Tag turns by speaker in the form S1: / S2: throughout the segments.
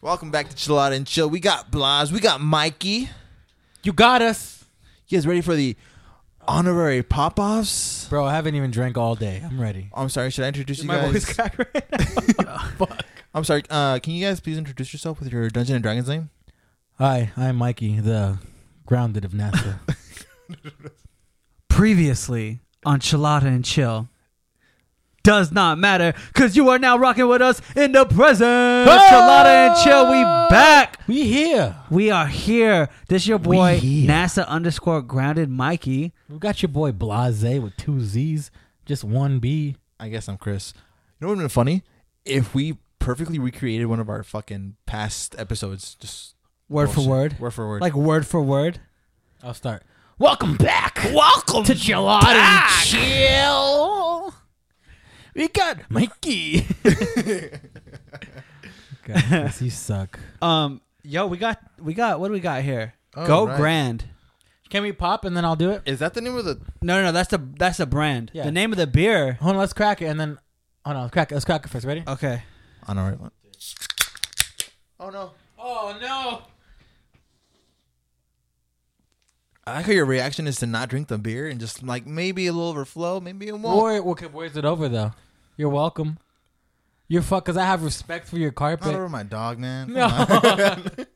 S1: Welcome back to Chill Out and Chill. We got Blas, we got Mikey.
S2: You got us.
S1: You guys ready for the honorary pop offs?
S2: Bro, I haven't even drank all day. I'm ready.
S1: I'm sorry, should I introduce you
S2: My voice
S1: guys?
S2: cracked right now. Fuck.
S1: I'm sorry, uh, can you guys please introduce yourself with your Dungeon and Dragons name?
S2: Hi, I'm Mikey, the grounded of NASA.
S3: Previously on Chilada and Chill. Does not matter because you are now rocking with us in the present. Chilada and Chill, we back.
S2: we here.
S3: We are here. This your boy,
S2: here.
S3: NASA underscore grounded Mikey.
S2: We got your boy Blase with two Z's, just one B.
S1: I guess I'm Chris. You know what would have been funny? If we perfectly recreated one of our fucking past episodes, just
S2: Word
S1: bullshit.
S2: for word.
S1: Word for word.
S2: Like word for word. I'll start. Welcome back. Welcome to Gelato and Chill. We got Mikey. God, Chris, you suck.
S3: Um, yo, we got we got what do we got here?
S1: Oh,
S3: Go
S1: right.
S3: Grand.
S2: Can we pop and then I'll do it?
S1: Is that the name of the
S3: No, no, no, that's the that's the brand.
S2: Yeah.
S3: The name of the beer.
S2: Hold on, let's crack it and then. Oh no, crack it. Let's crack it first. Ready?
S3: Okay.
S1: honorary one? Oh no.
S2: Oh no.
S1: I like how your reaction is to not drink the beer and just like maybe a little overflow, maybe it won't.
S2: Or okay, where's it over though? You're welcome. You're fuck because I have respect for your
S1: not
S2: carpet.
S1: over my dog, man.
S2: No.
S1: Come on.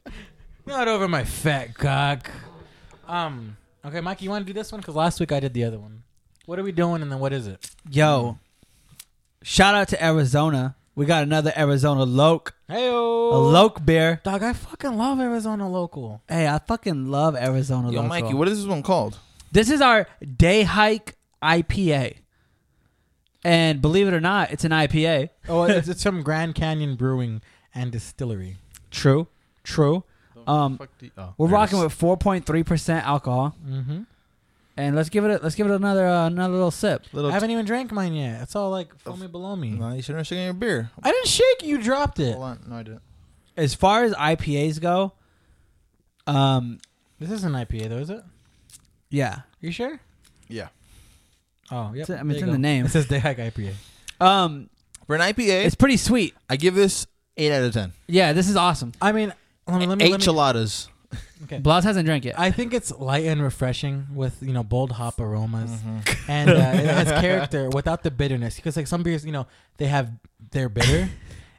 S2: Not over my fat cock. Um. Okay, Mikey, you want to do this one? Because last week I did the other one. What are we doing? And then what is it?
S3: Yo. Shout out to Arizona. We got another Arizona Loke.
S2: Hey,
S3: A Loke beer.
S2: dog. I fucking love Arizona local.
S3: Hey, I fucking love Arizona
S1: Yo,
S3: Local.
S1: Mikey, what is this one called?
S3: This is our day hike IPA. And believe it or not, it's an IPA.
S2: Oh, it's, it's from Grand Canyon Brewing and Distillery.
S3: True. True. Um
S1: oh.
S3: we're rocking with 4.3% alcohol.
S2: Mm-hmm.
S3: And let's give it a, let's give it another uh, another little sip.
S1: little.
S2: I haven't even drank mine yet. It's all like foamy below me.
S1: no, you shouldn't have shaken your beer.
S2: I didn't shake. You dropped it.
S1: Hold on, no, I didn't.
S3: As far as IPAs go, um
S2: This isn't IPA though, is it?
S3: yeah.
S2: You sure?
S1: Yeah,
S2: Oh, yeah.
S3: It's- I mean, it's in the name.
S2: It says Day Hike IPA.
S3: Um
S1: for an IPA,
S3: it's pretty sweet.
S1: I give this eight out of ten.
S3: Yeah, this is awesome.
S2: I mean, let me. Let me,
S1: eight
S2: let me-
S1: chiladas.
S2: Okay.
S3: Blas hasn't drank yet.
S2: I think it's light and refreshing with you know bold hop aromas, and uh, it has character without the bitterness. Because like some beers, you know, they have they're bitter,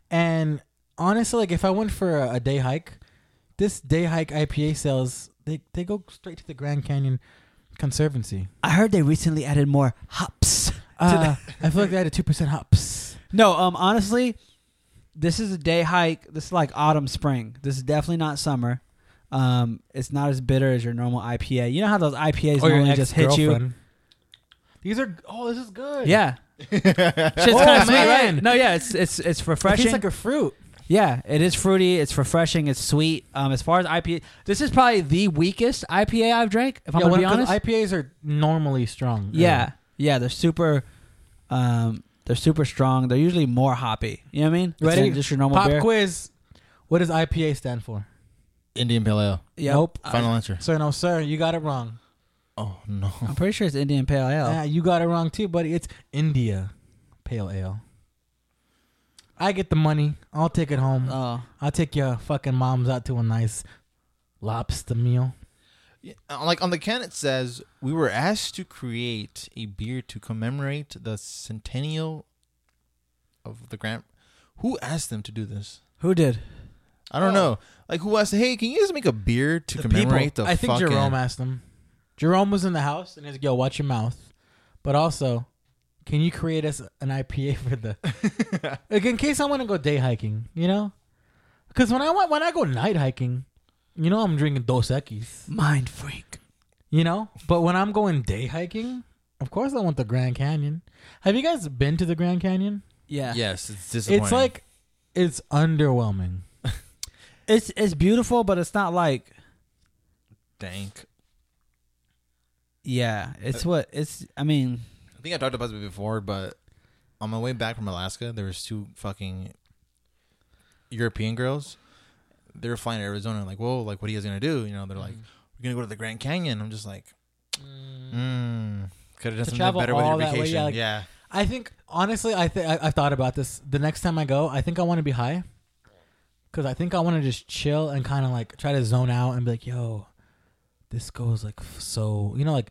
S2: and honestly, like if I went for a, a day hike, this day hike IPA sales they they go straight to the Grand Canyon Conservancy.
S3: I heard they recently added more hops.
S2: Uh, I feel like they had a two percent hops.
S3: No, um, honestly, this is a day hike. This is like autumn, spring. This is definitely not summer. Um, it's not as bitter as your normal IPA. You know how those IPAs normally just hit you.
S2: These are oh, this is good.
S3: Yeah, shit's
S2: Oh,
S3: kind of sweet,
S2: man.
S3: right? No, yeah, it's it's it's
S2: it
S3: refreshing.
S2: tastes like a fruit.
S3: yeah, it is fruity. It's refreshing. It's sweet. Um, as far as IPA, this is probably the weakest IPA I've drank. If I'm
S2: Yeah,
S3: gonna
S2: when-
S3: be
S2: 'cause
S3: honest,
S2: IPAs are normally strong.
S3: yeah, yeah, they're super. Um, they're super strong. They're usually more hoppy. You know what I mean?
S2: Ready?
S3: Than Just your normal
S2: Pop
S3: beer.
S2: quiz. What does IPA stand for?
S1: Indian Pale Ale.
S3: Yep.
S2: Nope.
S1: Final answer.
S2: Sir, no, sir, you got it wrong.
S1: Oh no.
S3: I'm pretty sure it's Indian Pale Ale.
S2: Ah, you got it wrong too, buddy. It's India Pale Ale. I get the money. I'll take it home.
S3: Oh.
S2: I'll take your fucking moms out to a nice lobster meal.
S1: Yeah, uh, Like on the can, it says we were asked to create a beer to commemorate the centennial of the Grand. Who asked them to do this?
S3: Who did?
S1: I don't
S2: Oh.
S1: know. Like who asked? Hey, can you guys make a beer to commemorate the?
S2: I think
S1: fucking-
S2: Jerome asked them. Jerome was in the house and he's like, yo, watch your mouth. But also, can you create us an IPA for the like in case I want to go day hiking, you know? Because when I want when I go night hiking, you know I'm drinking Dos Equis,
S3: Mind freak.
S2: you know. But when I'm going day hiking, of course I want the Grand Canyon. Have you guys been to the Grand Canyon?
S3: Yeah.
S1: Yes, it's disappointing.
S2: It's like it's underwhelming.
S3: It's it's beautiful, but it's not like
S1: dank.
S3: yeah. It's what it's. I mean,
S1: I think I talked about this before, but on my way back from Alaska, there was two fucking European girls. They were flying to Arizona. Like, whoa, like what are you guys gonna do? You know, they're like,
S2: Mm-hmm.
S1: we're gonna go to the Grand Canyon. I'm just like, mm, could have done something
S2: travel
S1: better with
S2: all
S1: your
S2: that way,
S1: vacation.
S2: yeah, like-
S1: yeah,
S2: I think honestly, I think I've thought about this. The next time I go, I think I want to be high, because I think I want to just chill and kind of like try to zone out and be like, yo, this goes like f- so, you know, like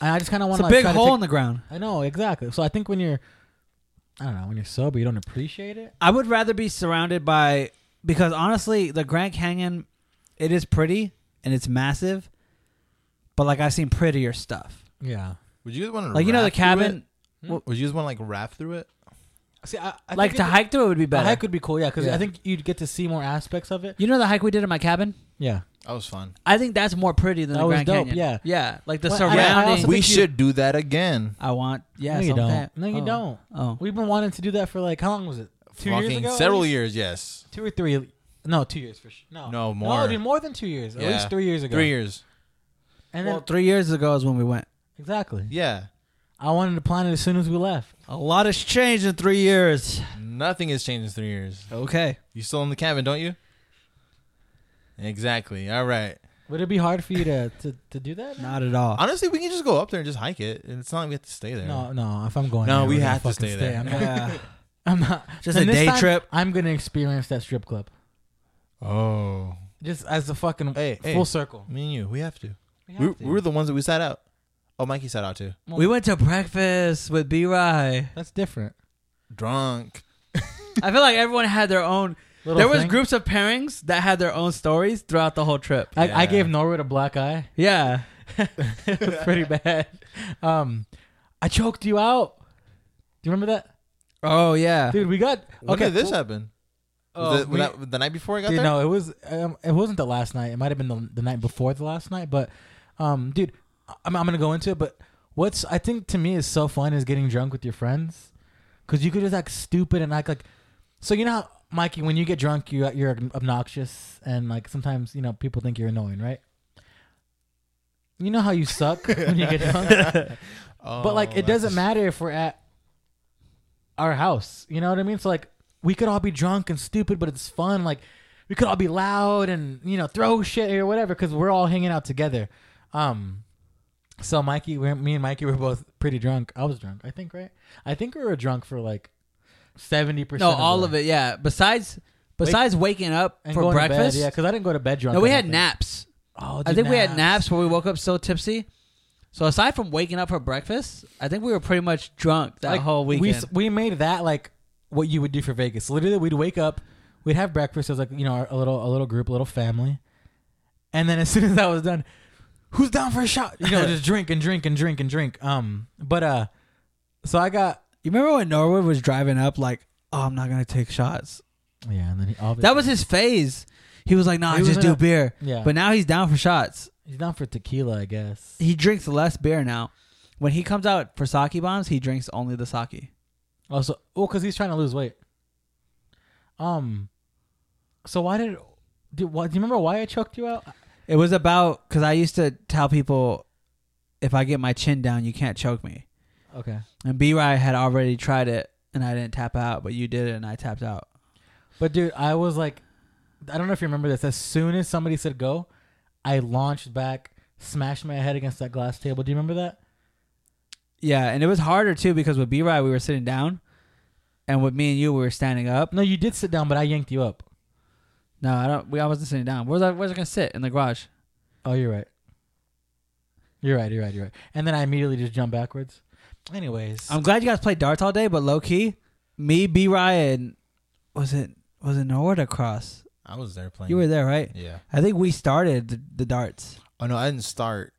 S2: I I just kind of
S3: It's
S2: want
S3: a big
S2: like, try
S3: hole
S2: To
S3: in the ground.
S2: take, I know exactly. So I think when you're, I don't know, when you're sober, you don't appreciate it.
S3: I would rather be surrounded by because honestly, the Grand Canyon, it is pretty and it's massive, but like I've seen prettier stuff.
S2: Yeah.
S1: Would you guys want to
S3: Like you know the cabin,
S1: Would you just want to like raft through it?
S2: See, I, I
S3: like
S2: think
S3: to
S2: it-
S3: hike through it would be
S2: The
S3: better.
S2: hike would be cool, yeah, because
S3: Yeah.
S2: I think you'd get to see more aspects of it.
S3: you know the hike we did in my cabin.
S2: Yeah.
S1: That was fun.
S3: I think that's more pretty than
S2: That
S3: the
S2: was
S3: Grand
S2: dope,
S3: Canyon.
S2: yeah.
S3: yeah, like the
S2: Well, I- I
S3: surrounding.
S2: also
S3: I,
S1: we
S2: think you-
S1: should do that again.
S3: want. Yeah,
S2: no, you
S3: something
S2: don't.
S3: That,
S2: No, you
S3: oh.
S2: don't.
S3: Oh,
S2: We've been wanting to do that for like how long was it? Two years
S1: Fucking
S2: ago. at
S1: several
S2: least?
S1: years, yes.
S2: Two or three. No, two years for sure. No.
S1: No
S2: No,
S1: more.
S2: it'd be more than two years. At
S1: Yeah.
S2: least three years ago.
S1: Three years.
S2: And then
S3: well, three years ago is when we went.
S2: exactly.
S1: Yeah.
S2: I wanted to plan it as soon as we left.
S3: A lot has changed in three years.
S1: Nothing has changed in three years.
S3: Okay.
S1: You still in the cabin, don't you? Exactly. All right.
S2: Would it be hard for you to to, to do that?
S3: Not at all.
S1: Honestly, we can just go up there and just hike it. It's not like we have to stay there.
S2: No, no. If I'm going,
S1: No,
S2: there,
S1: we
S2: we're gonna
S1: have to
S2: fucking
S1: stay there.
S2: I'm not,
S3: Yeah.
S2: I'm not.
S3: Just
S2: and
S3: a
S2: this
S3: day
S2: time,
S3: trip.
S2: I'm gonna experience that strip club
S1: Oh.
S2: just as a fucking
S1: Hey, hey.
S2: full circle.
S1: Me and you, we have to.
S2: We
S1: We,
S2: have to.
S1: we were the ones that we sat out. Oh, Mikey sat out too.
S3: we went to breakfast with B Rye.
S2: That's different.
S1: Drunk.
S3: I feel like everyone had their own.
S2: Little
S3: there was
S2: thing.
S3: groups of pairings that had their own stories throughout the whole trip.
S2: I, I
S1: Yeah.
S2: gave Norwood a black eye.
S3: Yeah.
S2: it was pretty bad. Um, I choked you out. Do you remember that,
S3: Oh yeah.
S2: dude? We got
S1: When
S2: okay.
S1: did this
S2: well,
S1: happen?
S3: Oh,
S1: Was it-
S2: we-
S1: was that- the night before I got
S2: dude,
S1: there?
S2: no, it was um, it wasn't the last night. It might have been the, the night before the last night. But, um, dude, I- I'm I'm gonna go into it. But what's I think to me is so fun is getting drunk with your friends, because you could just act stupid and act like. So you know how Mikey, when you get drunk, you you're obnoxious and like sometimes you know people think you're annoying, right? You know how you suck when you get drunk.
S1: Oh,
S2: But like, it
S1: that's-
S2: doesn't matter if we're at our house. You know what I mean? So like, we could all be drunk and stupid, but it's fun. Like, we could all be loud and you know throw shit or whatever because we're all hanging out together. Um, so Mikey, we me and Mikey were both pretty drunk. I was drunk, I think, right? I think we were drunk for like seventy
S3: No,
S2: percent.
S3: all of it. Yeah. Besides, besides waking up
S2: And
S3: for
S2: going to bed,
S3: breakfast.
S2: yeah, because I didn't go to bed drunk.
S3: No, we
S2: I
S3: had
S2: don't think.
S3: naps.
S2: Oh,
S3: I think we had naps where we woke up so tipsy. So aside from waking up for breakfast, I think we were pretty much drunk that
S2: Like,
S3: whole weekend.
S2: We s- we made that like what you would do for Vegas. Literally, we'd wake up, we'd have breakfast. It was like you know our- a little a little group, a little family, and then as soon as that was done, who's down for a shot? You know, just drink and drink and drink and drink. Um, but uh, so I got
S3: You remember when Norwood was driving up like, "Oh, I'm not gonna take shots."
S2: yeah, and then he obviously
S3: That was his phase. He was like, "No,
S2: He
S3: I
S2: was
S3: just
S2: in
S3: do
S2: a-
S3: beer."
S2: yeah,
S3: But
S2: but
S3: now he's down for shots.
S2: he's down for tequila, I guess.
S3: He drinks less beer now. When he comes out for sake bombs, he drinks only the sake.
S2: Also, well, because he's trying to lose weight. Um, so why did? Dude, why, do you remember why I choked you out?
S3: It was about because I used to tell people, if I get my chin down, you can't choke me.
S2: Okay,
S3: And B Rye had already tried it, and I didn't tap out, but you did it, and I tapped out.
S2: But dude, I was like, I don't know if you remember this. As soon as somebody said go, I launched back, smashed my head against that glass table. Do you remember that?
S3: Yeah, and it was harder too because with B Rye we were sitting down, and with me and you we were standing up.
S2: No, you did sit down, but I yanked you up.
S3: No, I don't. We I wasn't sitting down. Where was I? Where was I gonna sit in the garage?
S2: Oh, you're right. You're right. You're right. You're right. And then I immediately just jumped backwards. Anyways,
S3: I'm glad you guys played darts all day, but low key, me, B Ryan, was it was it Norwood or Cross?
S1: I was there playing.
S3: You were there, right?
S1: Yeah.
S3: I think we started the, the darts.
S1: Oh no, I didn't start.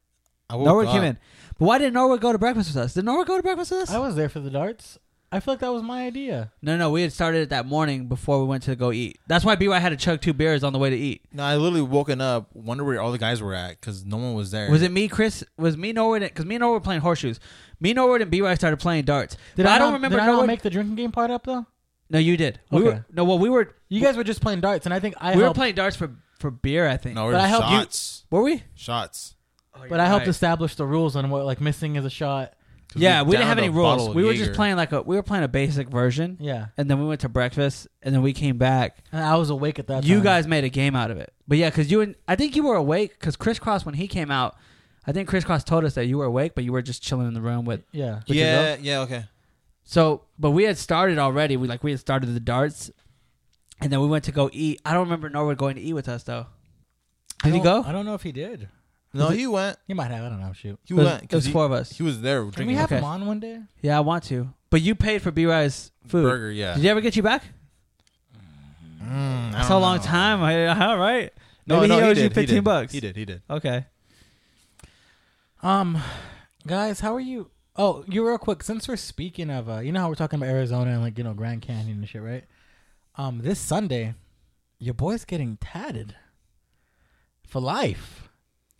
S1: I woke
S3: Norwood
S1: up.
S3: came in, but why didn't Norwood go to breakfast with us? Did Norwood go to breakfast with us?
S2: I was there for the darts. I feel like that was my idea.
S3: no, no, we had started it that morning before we went to go eat. That's why B Ryan had to chug two beers on the way to eat.
S1: No, I literally woken up, wonder where all the guys were at because no one was there.
S3: Was it me, Chris? Was me Norwood? Because me and Norwood were playing horseshoes. Me Norwood and B Ryan started playing darts.
S2: Did
S3: But
S2: I,
S3: I don't
S2: not-
S3: remember
S2: Did I
S3: Norwood-
S2: not make the drinking game part up though?
S3: No, you did. We
S2: Okay.
S3: were no. Well, we were
S2: You guys were just playing darts, and I think I
S3: we were
S2: helped.
S3: playing darts for for beer. I think.
S1: No, it was
S2: But I helped you-
S1: shots.
S3: Were we?
S1: Shots.
S2: Oh, but I helped establish the rules on what like missing is a shot.
S1: 'Cause
S3: Yeah, we didn't have
S1: downed
S3: any
S1: a bottle
S3: rules.
S1: of
S3: We were just
S1: Jaeger.
S3: playing like a we were playing a basic version,
S2: Yeah,
S3: and then we went to breakfast, and then we came back.
S2: and I was awake at that.
S3: you
S2: time.
S3: guys made a game out of it, but yeah, because you and I think you were awake because Crisscross when he came out, I think Crisscross told us that you were awake, but you were just chilling in the room with.
S2: Yeah.
S3: with your girl.
S1: Yeah, yeah, okay.
S3: So, but we had started already. We like we had started the darts, And then we went to go eat. I don't remember Norwood going to eat with us though.
S2: I
S3: Did he
S2: don't-
S3: go?
S2: I don't know if he did.
S1: No, he went.
S2: He might have. I don't know. Shoot.
S1: He
S3: It was,
S1: went
S3: it was
S1: because he,
S3: four of us.
S1: he was there
S2: Can
S1: drinking
S2: we have
S3: Okay.
S2: him on one day?
S3: yeah, I want to. But you paid for B Rise food.
S1: burger. Yeah,
S3: Did he ever get you back?
S1: Mm, I
S3: That's
S1: don't
S3: a long
S1: know.
S3: time. I- All right.
S1: No,
S3: Maybe
S1: no,
S3: he owes you
S1: did,
S3: 15
S1: did.
S3: bucks.
S1: He did. He did.
S3: Okay.
S2: Um, guys, how are you? Oh, you real quick. Since we're speaking of, uh, you know how we're talking about Arizona and like you know Grand Canyon and shit, right? Um, this Sunday, your boy's getting tatted for life,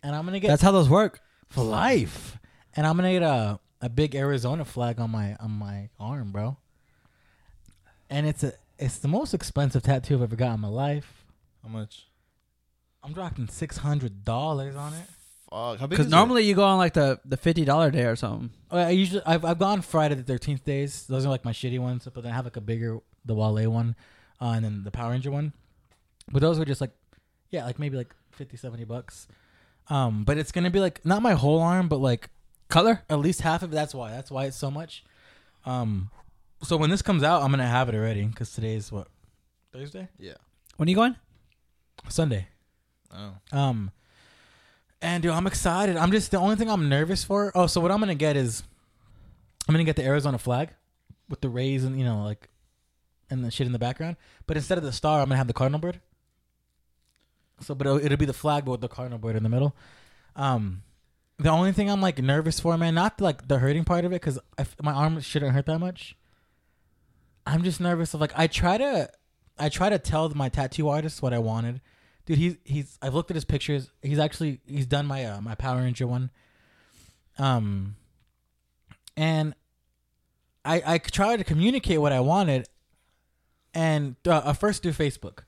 S2: and I'm gonna get
S3: That's how those work.
S2: for life, and I'm gonna get a a big Arizona flag on my on my arm, bro. And it's a it's the most expensive tattoo I've ever got in my life.
S1: How much?
S2: I'm dropping six hundred dollars on it.
S1: Fuck. How big?
S3: Because
S1: Because
S3: normally you go on like the, the $50 day or something.
S2: Uh, I usually I've I've gone Friday the thirteenth days. Those are like my shitty ones, but then I have like a bigger the Wale one, uh, and then the Power Ranger one. But those were just like, yeah, like maybe like 50, 70 bucks. Um, but it's gonna be like not my whole arm, but like
S3: Color?
S2: at least half of it. That's why. That's why it's so much. Um, so when this comes out, I'm gonna have it already because today's what Thursday,
S1: Yeah.
S3: When are you going?
S2: Sunday.
S1: Oh.
S2: Um, and dude, I'm excited. I'm just the only thing I'm nervous for. Oh, so what I'm gonna get is, I'm gonna get the Arizona flag with the rays and you know like, and the shit in the background. But instead of the star, I'm gonna have the cardinal bird. So, but it'll, it'll be the flag, but with the cardinal bird in the middle. Um, the only thing I'm like nervous for, man, not like the hurting part of it, because my arm shouldn't hurt that much. I'm just nervous of like I try to, I try to tell my tattoo artist what I wanted, dude. He's he's I've looked at his pictures. He's actually he's done my uh, my Power Ranger one. Um, and I I tried to communicate what I wanted, and uh, uh, first through Facebook,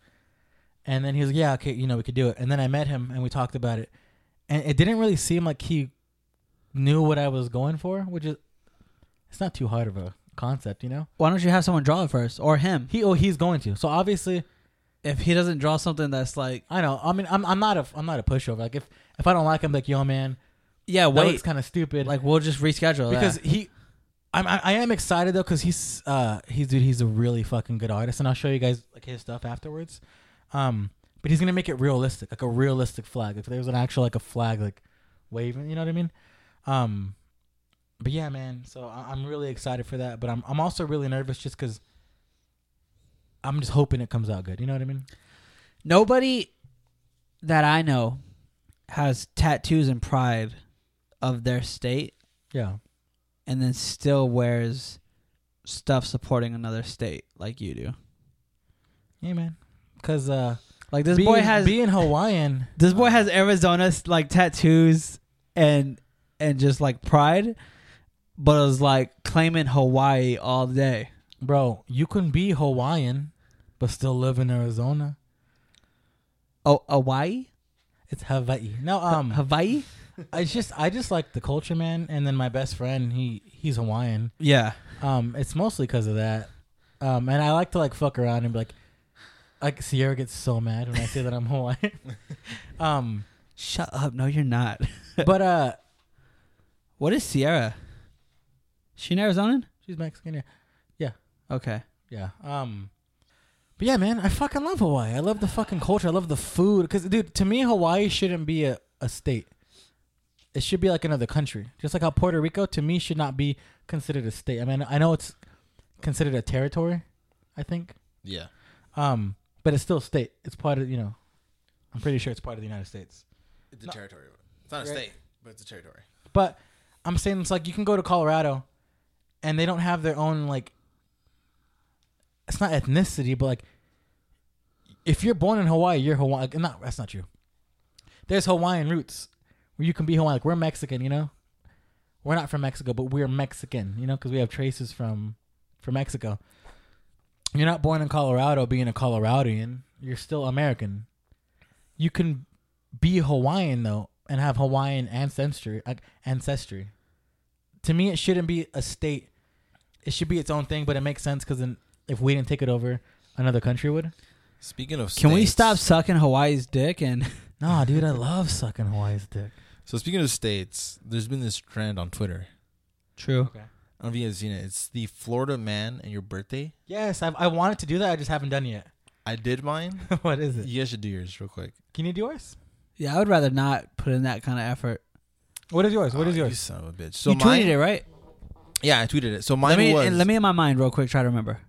S2: and then he was like, yeah, okay, you know, we could do it. And then I met him and we talked about it, and it didn't really seem like he knew what I was going for, which is it's not too hard of a concept, you know.
S3: Why don't you have someone draw it first? Or him?
S2: He oh he's going to. So obviously
S3: If he doesn't draw something that's like,
S2: I know. I mean I'm I'm not a I'm not a pushover. Like if if I don't like him, like yo man,
S3: yeah,
S2: that
S3: wait.
S2: looks kind of stupid.
S3: like we'll just reschedule
S2: because he. I'm, I, I am excited though because he's uh he's dude he's a really fucking good artist and I'll show you guys like his stuff afterwards, um but he's gonna make it realistic like a realistic flag if there's an actual like a flag like waving you know what I mean, um, but yeah man so I, I'm really excited for that but I'm I'm also really nervous just because I'm just hoping it comes out good you know what I mean
S3: Nobody that I know has tattoos and pride of their state
S2: yeah
S3: and then still wears stuff supporting another state like you do.
S2: yeah man because uh
S3: Like this
S2: being,
S3: boy has
S2: being Hawaiian Uh,
S3: this boy has Arizona's like tattoos and and just like pride, but is like claiming Hawaii all day.
S2: Bro, you can be Hawaiian but still live in Arizona.
S3: Oh, Hawaii?
S2: It's Hawaii. No,
S3: Um,
S2: um,
S3: Hawaii?
S2: it's just I just like the culture, man. And then my best friend, he he's Hawaiian.
S3: Yeah.
S2: Um, it's mostly because of that. Um, and I like to like fuck around and be like, like Sierra gets so mad when I say that I'm Hawaiian. um,
S3: Shut up. No, you're not.
S2: but uh,
S3: What is Sierra? She an Arizonan?
S2: she's Mexican, yeah,
S3: Okay.
S2: yeah. Um, but yeah, man, I fucking love Hawaii. I love the fucking culture. I love the food. Cause dude, to me, Hawaii shouldn't be a, a state. It should be like another country. Just like how Puerto Rico to me should not be considered a state. I mean, I know it's considered a territory, I think.
S1: Yeah.
S2: Um, but it's still a state. It's part of you know. I'm pretty sure it's part of the United States.
S1: It's a territory. It's not a
S2: Right.
S1: state, but it's a territory.
S2: But I'm saying it's like you can go to Colorado, and they don't have their own like. It's not ethnicity, but like, if you're born in Hawaii, you're Hawaiian. Not that's not true. There's Hawaiian roots where you can be Hawaiian. Like we're Mexican, you know. We're not from Mexico, but we're Mexican, you know, because we have traces from from Mexico. You're not born in Colorado, being a Coloradoan. You're still American. You can be Hawaiian though and have Hawaiian ancestry. Like ancestry. To me, it shouldn't be a state. It should be its own thing, but it makes sense because if we didn't take it over, another country would.
S1: Speaking of,
S3: Can we
S1: states-
S3: stop sucking Hawaii's dick and
S2: Nah, dude, I love sucking Hawaii's dick.
S1: So speaking of states, there's been this trend on Twitter.
S3: True.
S1: I don't know if you guys seen it. It's the Florida man and your birthday.
S2: Yes, I've, I wanted to do that. I just haven't done it yet.
S1: I did mine.
S2: what is it?
S1: You guys should do yours real quick.
S2: Can you do yours?
S3: Yeah, I would rather not put in that kind of effort.
S2: What is yours? What is
S1: Ah, You
S2: yours?
S1: son of a bitch. So
S3: you
S1: mine,
S3: tweeted it, right?
S1: Yeah, I tweeted it. So mine
S3: let me
S1: was.
S3: let me in my mind real quick. Try to remember.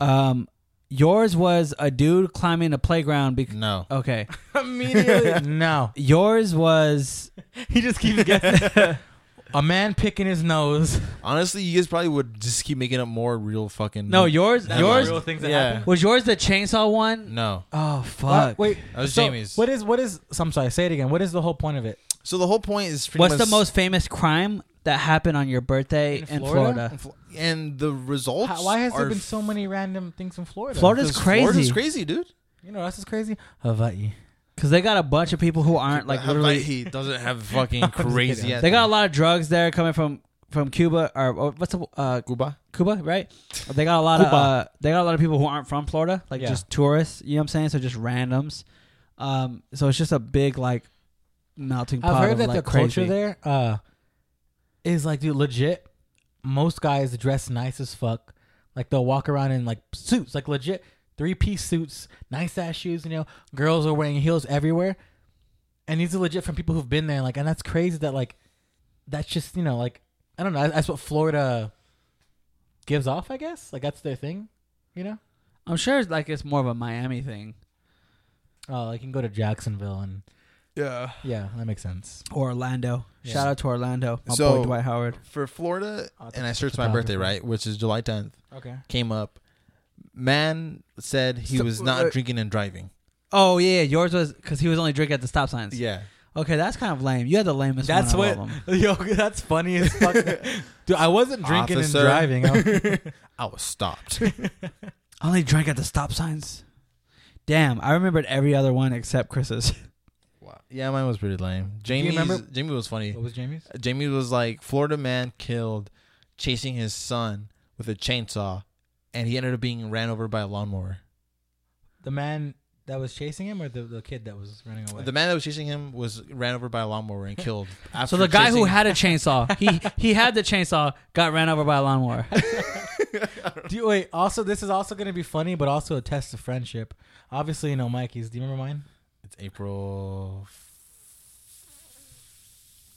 S3: Um, yours was a dude climbing a playground. Because
S1: No.
S3: okay,
S2: Immediately. no.
S3: yours was
S2: He just keeps guessing. a man picking his nose.
S1: Honestly, you guys probably would just keep making up more real fucking.
S3: no yours.
S1: That
S3: yours
S1: was-
S2: things
S1: Yeah.
S3: was yours the chainsaw one.
S1: No.
S3: Oh
S2: What?
S3: fuck!
S2: Wait.
S1: That was
S2: so
S1: Jamie's.
S2: What is what is? So I'm sorry. Say it again. What is the whole point of it?
S1: So the whole point is. pretty
S3: What's the
S1: much-
S3: most famous crime that happened on your birthday in,
S2: In
S3: Florida?
S2: Florida?
S1: And the results.
S2: How- why has there
S1: are
S2: been so many random things in Florida?
S3: Florida's
S1: Because
S3: crazy.
S1: Florida's crazy, dude.
S2: You know, that's just crazy. Hawaii.
S3: Because they got a bunch of people who aren't like literally.
S1: he doesn't have fucking
S2: I'm just kidding.
S1: crazy. ass-
S3: They got a lot of drugs there coming from from Cuba or or what's the uh,
S1: Cuba.
S3: Cuba, right? They got a lot of
S2: Cuba.
S3: uh, they got a lot of people who aren't from Florida, like
S2: Yeah.
S3: just tourists. You know what I'm saying? So just randoms. Um, so it's just a big like melting pot.
S2: I've
S3: of,
S2: heard that
S3: like,
S2: the
S3: crazy.
S2: culture there uh, is like, dude, legit. Most guys dress nice as fuck. Like they'll walk around in like suits, like legit three piece suits, nice ass shoes. You know, girls are wearing heels everywhere, and these are legit from people who've been there. Like, and that's crazy that like that's just you know like I don't know. That's what Florida gives off, I guess. Like that's their thing, you know.
S3: I'm sure it's like it's more of a Miami thing
S2: Oh, like you can go to Jacksonville and
S1: Yeah.
S2: yeah, that makes sense.
S3: or Orlando.
S2: Yeah.
S3: Shout out to Orlando, my
S1: So-
S3: boy Dwight Howard.
S1: For Florida,
S2: Oh,
S1: and I searched my birthday
S2: photographer.
S1: right, which is July 10th.
S2: Okay.
S1: Came up. Man said he
S3: So-
S1: was
S3: uh,
S1: not drinking and driving.
S3: Oh yeah, yours was because he was only drinking at the stop signs.
S1: Yeah.
S3: Okay, that's kind of lame. You had the lamest.
S2: That's
S3: one of
S2: what,
S3: all of 'em.
S2: yo. That's funny as fuck. Dude, I wasn't drinking
S1: Officer.
S2: and driving. I-
S1: I was stopped.
S3: I only drank at the stop signs. Damn, I remembered every other one except Chris's.
S1: wow. Yeah, mine was pretty lame. Jamie,
S2: remember-
S1: Jamie was funny.
S2: what was Jamie's?
S1: Jamie was like, Florida man killed chasing his son with a chainsaw, and he ended up being ran over by a lawnmower.
S2: The man that was chasing him, or the, the kid that was running away?
S1: The man that was chasing him was ran over by a lawnmower and killed.
S3: So
S1: after
S3: the guy who
S1: chasing-
S3: had a chainsaw, he he had the chainsaw, got ran over by a lawnmower.
S2: Do you, wait. Also, this is also going to be funny, but also a test of friendship. Obviously, you know Mikey's. Do you remember mine?
S1: It's April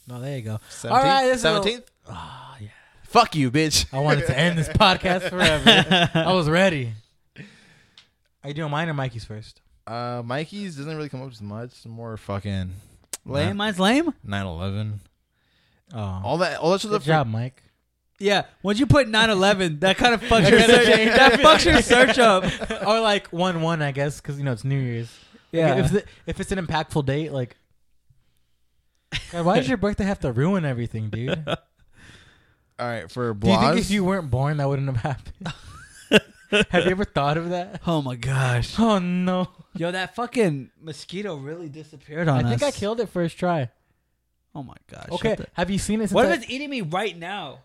S2: No, there you go.
S1: seventeenth.
S2: right, this is a-
S1: seventeenth.
S2: Ah, yeah.
S1: Fuck you, bitch.
S2: I wanted to end this podcast forever. I was ready. Are you doing mine or Mikey's first?
S1: Uh, Mikey's doesn't really come up as much. It's More fucking
S3: lame, mine's lame.
S1: 9-11.
S2: Oh,
S1: All that, all that
S2: good
S1: stuff.
S2: job, Mike.
S3: Yeah, once you put 9/11, that kind of fucks your
S2: kinda
S3: search.
S2: changed
S3: that fucks your search up.
S2: or like one one, I guess, because you know it's New Year's.
S3: Yeah.
S2: Like, if, the, if it's an impactful date, like, God, why does your birthday have to ruin everything, dude?
S1: All right, for
S2: Do you think
S1: Blas.
S2: if you weren't born, that wouldn't have happened? have you ever thought of that?
S3: Oh my gosh.
S2: Oh no!
S3: Yo, that fucking mosquito really disappeared on
S2: I
S3: us.
S2: think I killed it first try.
S3: Oh my gosh.
S2: Okay,
S3: shut the-
S2: have you seen it? Since
S3: What
S2: I-
S3: if it's eating me right now?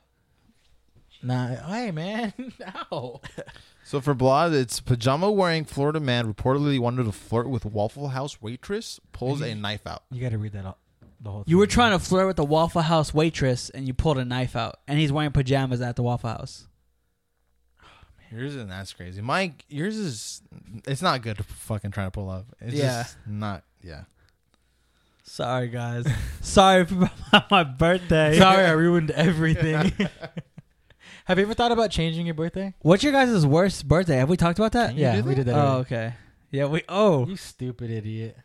S2: Nah, hey man, ow!
S1: so for Blas, it's pajama wearing Florida man reportedly wanted to flirt with Waffle House waitress pulls a knife out.
S2: You got to read that all, the whole.
S3: You were trying to flirt with the Waffle House waitress and you pulled a knife out, and he's wearing pajamas at the Waffle House.
S1: Yours isn't that's crazy. Mike, yours is it's not good to fucking try to pull up. It's
S3: Yeah.
S1: just not yeah.
S3: Sorry, guys. Sorry for my birthday.
S2: Sorry, I ruined everything. have you ever thought about changing your birthday?
S3: What's your guys' worst birthday? Have we talked about that?
S1: Can you
S2: yeah,
S1: do
S2: we
S1: that?
S2: did that.
S3: Oh,
S2: already.
S3: okay. Yeah, we. Oh,
S2: You stupid idiot.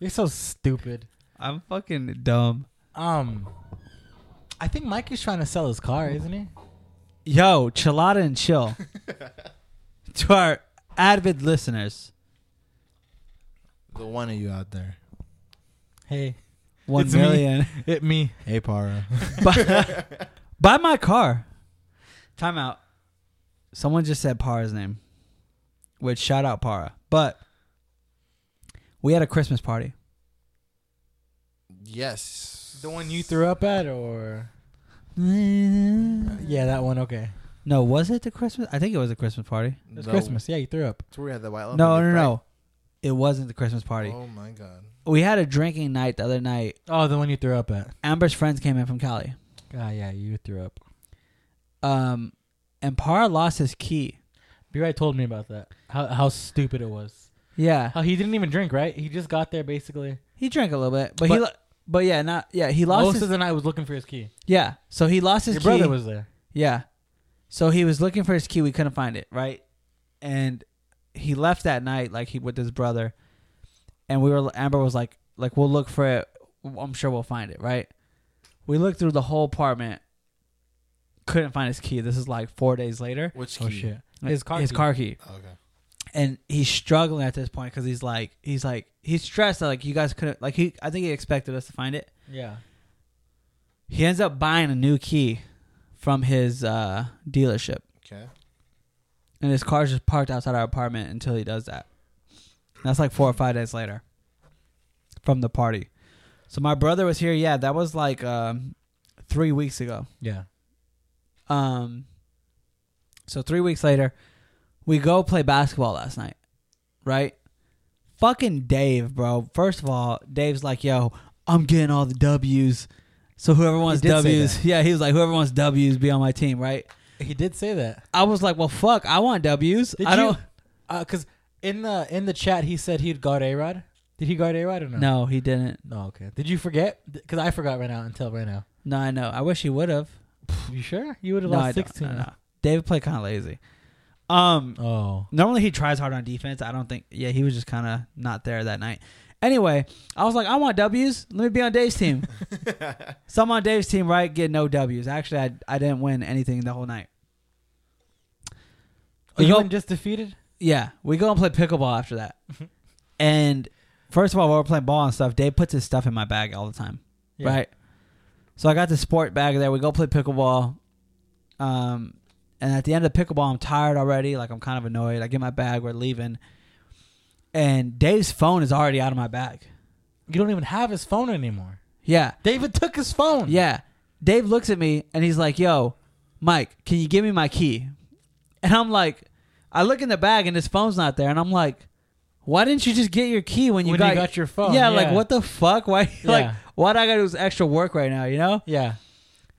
S2: You're so stupid.
S3: I'm fucking dumb.
S2: Um I think Mike is trying to sell his car, isn't he?
S3: Yo, chilada and chill. to our avid listeners,
S1: The one of you out there.
S2: Hey.
S3: one
S2: It's me.
S3: million.
S2: It me.
S1: Hey Para.
S3: buy, buy my car. Time out. Someone just said Para's name, which shout out Para. But we had a Christmas party.
S1: yes.
S2: The one you threw up at or
S3: No,
S2: Yeah, that one, okay.
S3: was it the Christmas? I think it was a Christmas party.
S2: It was Christmas. Yeah, you threw up.
S1: That's where we had Oh, the white elephant.
S3: No, no,
S1: dick,
S3: no. It wasn't the Christmas
S1: right?
S3: party.
S1: Oh my god.
S3: We had a drinking night the other night.
S2: Oh, the one you threw up at.
S3: Amber's friends came in from Cali.
S2: Ah yeah, you threw up.
S3: Um, and Par lost his key.
S2: B Right told me about that. How how stupid it was.
S3: Yeah,
S2: How he didn't even drink, right? He just got there basically.
S3: he drank a little bit, but, he.
S2: But-
S3: Lo- but yeah, not yeah. He lost
S2: Most
S3: his,
S2: of the night was looking for his key.
S3: yeah. So he lost his
S2: Your
S3: key.
S2: brother was there.
S3: Yeah. So he was looking for his key. We couldn't find it, right? And he left that night, like he with his brother. And we were Amber was like, like we'll look for it. I'm sure we'll find it, right? We looked through the whole apartment. Couldn't find his key. This is like four days later.
S1: Which key?
S2: Oh shit! His car
S3: His
S2: key.
S3: car key.
S1: Okay.
S3: And he's struggling at this point because he's like, he's like, he's stressed that like you guys couldn't like he. I think he expected us to find it.
S2: Yeah.
S3: He ends up buying a new key from his uh dealership.
S1: Okay.
S3: and his car's just parked outside our apartment until he does that. And that's like four or five days later from the party. So my brother was here. Yeah, that was like um, three weeks ago.
S2: Yeah.
S3: Um, so three weeks later, we go play basketball last night, right? Fucking Dave, bro. First of all, Dave's like, "Yo, I'm getting all the W's." So whoever wants
S2: did say
S3: W's, yeah, he was like, "Whoever wants W's, be on my team," right?
S2: He did say that.
S3: I was like, "Well, fuck, I want W's.
S2: Did
S3: I
S2: you-
S3: don't."
S2: Uh, cause in the in the chat he said he'd guard A Rod. Did he guard A Rod or no?
S3: No, he didn't.
S2: No. Okay. Did you forget? Cause I forgot right now until right now.
S3: No, I know. I wish he would have.
S2: You sure? You would have
S3: No, I
S2: lost
S3: don't.
S2: sixteen.
S3: No, no. David played kind of lazy. Um,
S2: Oh.
S3: normally he tries hard on defense. I don't think. Yeah, he was just kind of not there that night. Anyway, I was like, I want W's. Let me be on Dave's team. so I'm on Dave's team, right? Get no W's. Actually, I I didn't win anything the whole night.
S2: oh
S3: We
S2: you
S3: go-
S2: went just defeated.
S3: Yeah, we go and play pickleball after that. and first of all, while we're playing ball and stuff, Dave puts his stuff in my bag all the time.
S2: Yeah.
S3: right? So I got the sport bag there. We go play pickleball. Um, and at the end of pickleball, I'm tired already. Like I'm kind of annoyed. I get my bag. We're leaving, and Dave's phone is already out of my bag.
S2: You don't even have his phone anymore.
S3: Yeah,
S2: David took his phone.
S3: yeah. Dave looks at me and he's like, "Yo, Mike, can you give me my key?" And I'm like, I look in the bag and his phone's not there, and I'm like, "Why didn't you just get your key when
S2: When
S3: you,
S2: you
S3: got,
S2: got, your phone.
S3: Yeah, like what the fuck? Why? Like,
S2: Yeah.
S3: why do I got to do this extra work right now? You know?
S2: Yeah.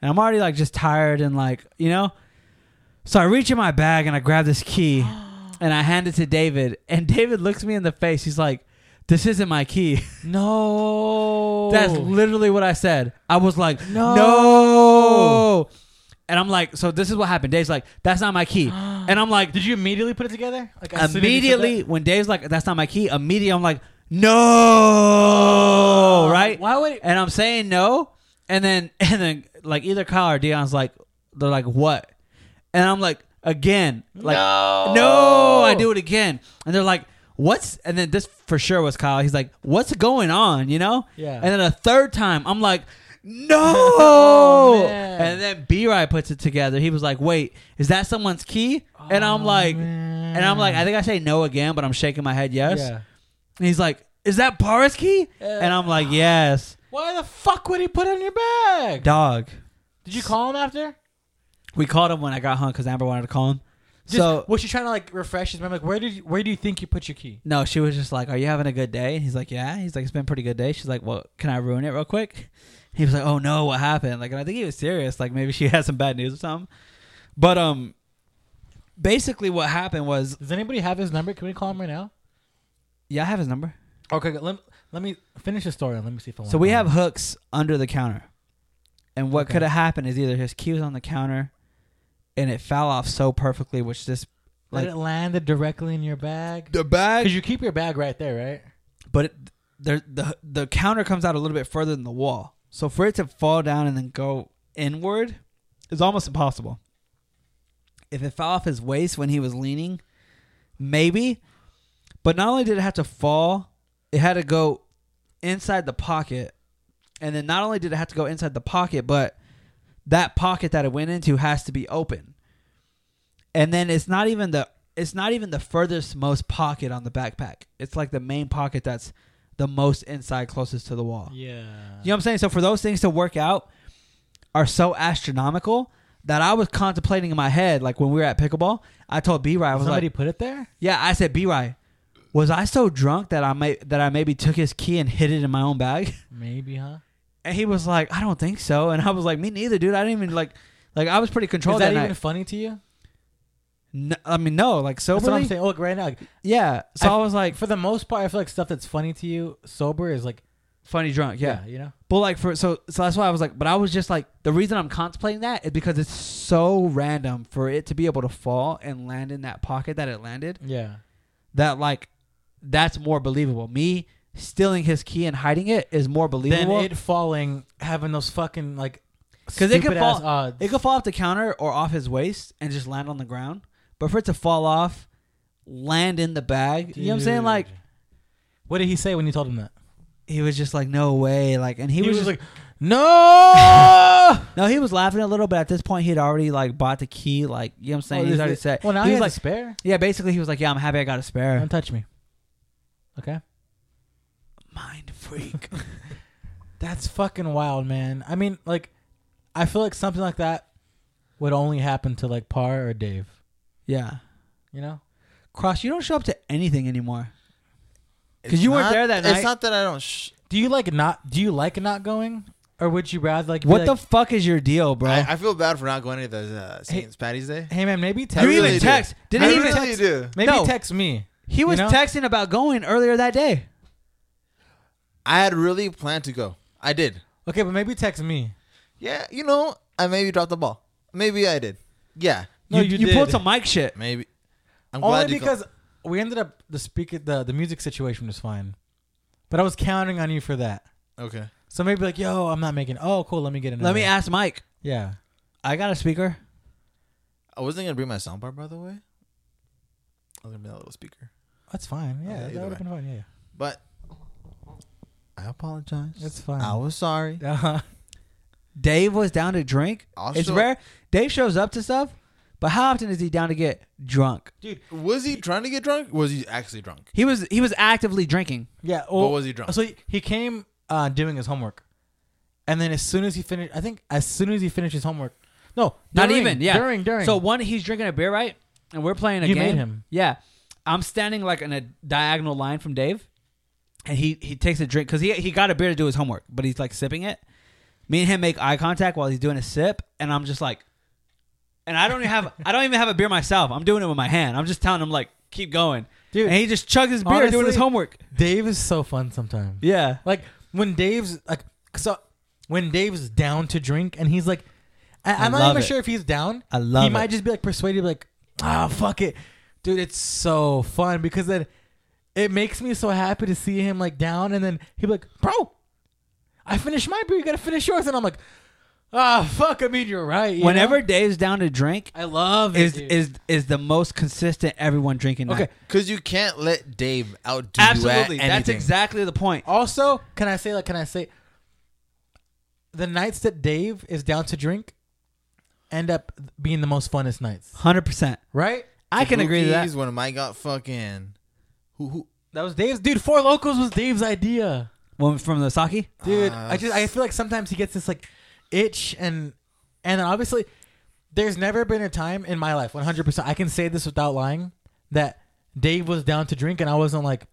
S3: And I'm already like just tired and like, you know? So I reach in my bag and I grab this key and I hand it to David. And David looks me in the face. He's like, This isn't my key.
S2: No.
S3: That's literally what I said. I was like,
S2: Oh. No.
S3: No. And I'm like, So this is what happened. Dave's like, That's not my key. And I'm like,
S2: Did you immediately put it together? Like as soon as you said
S3: Immediately,
S2: that?
S3: when Dave's like, That's not my key, immediately I'm like,
S2: Oh,
S3: No. Oh, Right?
S2: Why would? It,
S3: and I'm saying no, and then and then like either Kyle or Dion's like they're like what, and I'm like again like no, I do it again, and they're like what's and then this for sure was Kyle. He's like what's going on, you know?
S2: Yeah.
S3: And then a third time I'm like no,
S2: Oh, man.
S3: and then B Rye puts it together. He was like wait is that someone's key? And I'm
S2: Oh,
S3: like
S2: man.
S3: and I'm like I think I say no again, but I'm shaking my head yes.
S2: Yeah.
S3: And he's like is that Bar's key?
S2: Yeah.
S3: and I'm like yes,
S2: Why the fuck would he put it in your bag?
S3: dog.
S2: Did you call him after?
S3: We called him when I got home because Amber wanted to call him.
S2: Just,
S3: so
S2: was she trying to like refresh his memory? Like, where did you, where do you think you put your key?
S3: no, she was just like, "Are you having a good day?" And he's like, "Yeah." He's like, "It's been a pretty good day." She's like, "Well, can I ruin it real quick?" He was like, "Oh no, what happened?" Like, and I think he was serious. Like, maybe she had some bad news or something. But um, basically, what happened was,
S2: Does anybody have his number? Can we call him right now?
S3: yeah, I have his number.
S2: Okay, good. let let me finish the story and let me see if I.
S3: So we have
S2: wanna-
S3: hooks under the counter, and what
S2: Okay.
S3: could have happened is either his key was on the counter, and it fell off so perfectly, which this
S2: Let
S3: like-
S2: it landed directly in your bag.
S3: the bag
S2: Cause you keep your bag right there, right?
S3: but it, there, the the counter comes out a little bit further than the wall. So for it to fall down and then go inward is almost impossible. If it fell off his waist when he was leaning, maybe. But not only did it have to fall, it had to go inside the pocket. And then not only did it have to go inside the pocket, but that pocket that it went into has to be open. And then it's not even the it's not even the furthest most pocket on the backpack. It's like the main pocket that's the most inside closest to the wall.
S2: Yeah.
S3: You know what I'm saying? So for those things to work out are so astronomical that I was contemplating in my head, like when we were at pickleball, I told B Rye, I was
S2: Somebody
S3: like,
S2: put it there.
S3: Yeah, I said, B Rye, was I so drunk that I may that I maybe took his key and hid it in my own bag?
S2: Maybe, huh?
S3: And he was like, I don't think so. And I was like, Me neither, dude. I didn't even like like I was pretty
S2: Is that,
S3: controlled that,
S2: even
S3: night.
S2: funny to you?
S3: N- I mean, no, like
S2: That's what I'm
S3: soberly.
S2: saying. Oh, Look, right now, like,
S3: Yeah. So
S2: I-
S3: I, was like,
S2: for the most part, I feel like stuff that's funny to you sober is like,
S3: funny drunk. Yeah.
S2: yeah, you know.
S3: But like for so so that's why I was like, but I was just like, the reason I'm contemplating that is because it's so random for it to be able to fall and land in that pocket that it landed.
S2: Yeah.
S3: That like, that's more believable. Me stealing his key and hiding it is more
S2: Then
S3: believable.
S2: it falling, having those fucking like,
S3: 'Cause it could
S2: stupid ass
S3: fall-
S2: odds.
S3: It could fall off the counter or off his waist and just land on the ground. But for it to fall off, land in the bag, you know what I'm saying?
S2: Dude.
S3: Like
S2: what did he say when you told him that?
S3: he was just like, no way. Like, and he, was, just,
S2: like, no.
S3: like, no, he was laughing a little. But at this point, he had already like bought the key. Like, you
S2: Oh,
S3: know what I'm saying? He's already set.
S2: Well, now
S3: he
S2: he
S3: was
S2: has
S3: like,
S2: like spare.
S3: yeah. Basically, he was like, yeah, I'm happy I got a spare.
S2: Don't touch me. Okay.
S3: Mind freak.
S2: That's fucking wild, man. I mean, like, I feel like something like that would only happen to like Par or Dave.
S3: yeah.
S2: You know?
S3: Cross, you don't show up to anything anymore. 'Cause you weren't
S1: Not-
S3: there that night.
S1: It's not that I don't. Sh-
S2: Do you like not? Do you like not going, or would you rather like? be
S3: What
S2: like,
S3: the fuck is your deal, bro?
S1: I, I feel bad for not going to the uh, St. Patty's Day.
S2: hey man, maybe
S1: I
S2: text.
S1: really do.
S3: even text. Didn't
S1: I
S3: he even
S1: really
S3: text?
S1: do.
S2: Maybe
S3: No.
S2: text me.
S3: he was
S2: know?
S3: texting about going earlier that day.
S1: I had really planned to go. I did.
S2: Okay, but maybe text me.
S1: Yeah, you know, I maybe dropped the ball. Maybe I did. Yeah,
S2: No, you,
S3: you
S2: did.
S3: pulled some mic shit.
S1: maybe. I'm
S2: Only
S1: glad you
S2: because we ended up the speaker the the music situation was fine, but I was counting on you for that.
S1: Call- okay.
S2: So maybe like, yo, I'm not making. Oh, cool. Let me get another.
S3: Let me ask Mike.
S2: Yeah.
S3: I got a speaker.
S1: I wasn't gonna bring my soundbar, by the way. I was gonna bring that little speaker,
S2: That's fine.
S1: Yeah,
S2: Yeah,
S1: either
S2: that would
S1: way.
S2: have been fine. Yeah,
S1: but I apologize.
S2: It's fine.
S1: I was sorry.
S2: yeah. Uh-huh.
S3: Dave was down to drink.
S1: Also,
S3: it's rare. Dave shows up to stuff, but how often is he down to get drunk?
S1: Was he trying to get drunk? Was he actually drunk?
S3: He was he was actively drinking.
S2: Yeah.
S1: What
S2: Well,
S1: was he drunk?
S2: so he, he came uh, doing his homework, and then as soon as he finished, I think as soon as he finished his homework, no,
S3: Not
S2: during,
S3: even, yeah.
S2: during during.
S3: So one, he's drinking a beer, right? And we're playing a
S2: You
S3: game.
S2: made him.
S3: Yeah, I'm standing like in a diagonal line from Dave, and he he takes a drink because he he got a beer to do his homework, but he's like sipping it. Me and him make eye contact while he's doing a sip, and I'm just like, and I don't even have I don't even have a beer myself. I'm doing it with my hand. I'm just telling him like, keep going,
S2: Dude,
S3: And he just chugs his beer doing
S2: honestly-
S3: his homework.
S2: Dave is so fun sometimes.
S3: Yeah.
S2: Like when Dave's like so when Dave's down to drink and he's like, I,
S3: I
S2: I'm not
S3: love
S2: even
S3: it.
S2: sure if he's down.
S3: I love
S2: he
S3: it.
S2: might just be like persuaded, like, ah, fuck it, dude. It's so fun because then it makes me so happy to see him like down, and then he'd be like, bro, I finished my beer, you gotta finish yours, and I'm like, ah, fuck. I mean, you're right. you
S3: Whenever
S2: know?
S3: Dave's down to drink,
S2: I love it.
S3: is
S2: dude.
S3: is is the most consistent everyone drinking. night.
S2: okay.
S1: Because you can't let Dave outdo
S3: absolutely.
S1: You at
S3: That's
S1: anything.
S3: exactly the point.
S2: Also, can I say like can I say the nights that Dave is down to drink end up being the most funnest nights,
S3: Hundred percent.
S2: right?
S3: I can agree to that.
S1: Rookies, When Mike got fucking, who who
S2: That was Dave's dude. Four Locals was Dave's idea,
S3: One from the Saki.
S2: dude.
S1: Ah,
S2: I just I feel like sometimes he gets this like itch and and obviously there's never been a time in my life 100 percent I can say this without lying that Dave was down to drink and I wasn't like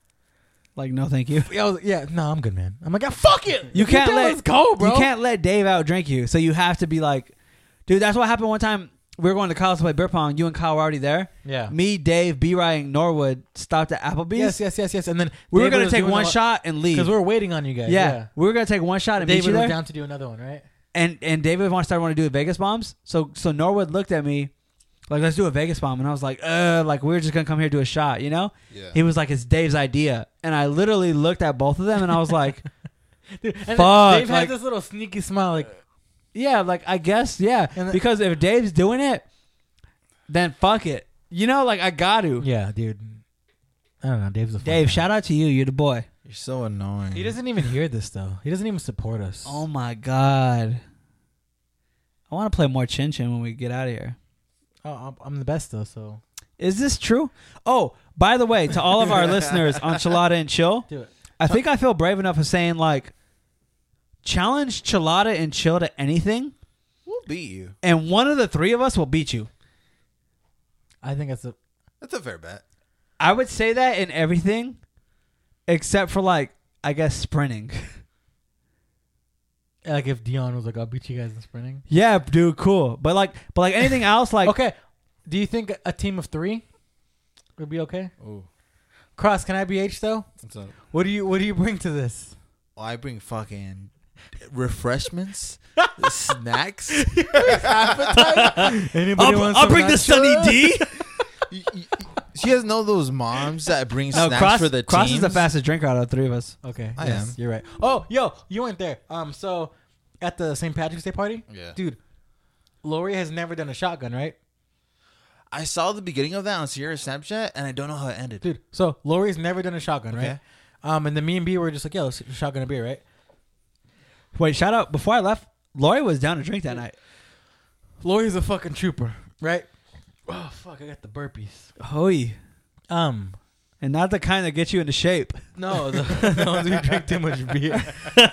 S3: Like, no, thank you.
S2: I was, yeah no I'm good man I'm like yeah, fuck it
S3: You can't
S2: tell
S3: let
S2: us go bro
S3: You can't let Dave outdrink you. So you have to be like, dude. That's what happened one time. We were going to college to play beer pong. You and Kyle were already there.
S2: yeah
S3: Me, Dave, B. Ryan, Norwood stopped at Applebee's.
S2: yes yes yes yes and then
S3: we were
S2: David
S3: gonna
S2: was
S3: take
S2: doing
S3: one
S2: a lot-
S3: shot and leave.
S2: Because we're waiting on you guys.
S3: yeah,
S2: Yeah.
S3: we were gonna take one shot and meet you
S2: David
S3: there.
S2: was down to do another one, right?
S3: and and David wanted started wanting to do a Vegas bombs. So so Norwood looked at me like, let's do a Vegas bomb, and I was like, uh, like we are just gonna come here and do a shot, you know?
S1: yeah.
S3: He was like, it's Dave's idea, and I literally looked at both of them, and I was like,
S2: Dude, and
S3: Fuck,
S2: Dave
S3: like-
S2: had this little sneaky smile, like,
S3: yeah, like I guess yeah,
S2: And the-
S3: because if Dave's doing it, then fuck it, you know? Like I got to.
S2: yeah, dude. I don't know. Dave's a fun guy.
S3: Dave, shout out to you. You're the boy.
S1: You're so annoying.
S2: He doesn't even hear this though. He doesn't even support us.
S3: Oh my god. I want to play more Chin Chin when we get out of here.
S2: Oh, I'm, I'm the best though. So
S3: Is this true? Oh, by the way, to all of our listeners on Chilada and Chill,
S2: do it.
S3: I think I feel brave enough of saying like challenge Chilada and Chill to anything,
S1: We'll beat you.
S3: and one of the three of us will beat you.
S2: I think that's a.
S1: That's a fair bet.
S3: I would say that in everything except for like I guess sprinting.
S2: Like if Dion was like, "I'll beat you guys in sprinting."
S3: yeah, dude, cool. But like but like anything else like
S2: okay, Do you think a team of three would be okay?
S1: Oh,
S2: Cross, can I be H though?
S1: what's up?
S2: What do you What do you bring to this?
S1: Oh, I bring fucking refreshments, snacks.
S2: Anybody
S4: I'll, I'll bring the Sunny D.
S1: Y- y- y- She has no those moms that bring
S3: No,
S1: snacks
S3: Cross,
S1: for the
S3: Cross
S1: teams.
S3: is the fastest drinker out of the three of us.
S2: Okay,
S1: I
S2: yes,
S1: am.
S2: You're right. Oh, yo, you went there. Um, so at the St. Patrick's Day party,
S1: Yeah.
S2: dude, Lori has never done a shotgun, right?
S1: I saw the beginning of that on Sierra's Snapchat, and I don't know how it ended.
S2: Dude, so Lori's never done a shotgun, right?
S1: Okay.
S2: Um, and then me and B were just like, yo, let's shotgun a beer, right?
S3: Wait, shout out. Before I left, Lori was down to drink that night.
S2: Lori's a fucking trooper, right? Oh fuck, I got the burpees.
S3: Hoy.
S2: Um,
S3: And not the kind that gets you into shape.
S2: no, the, the ones who drink too much beer.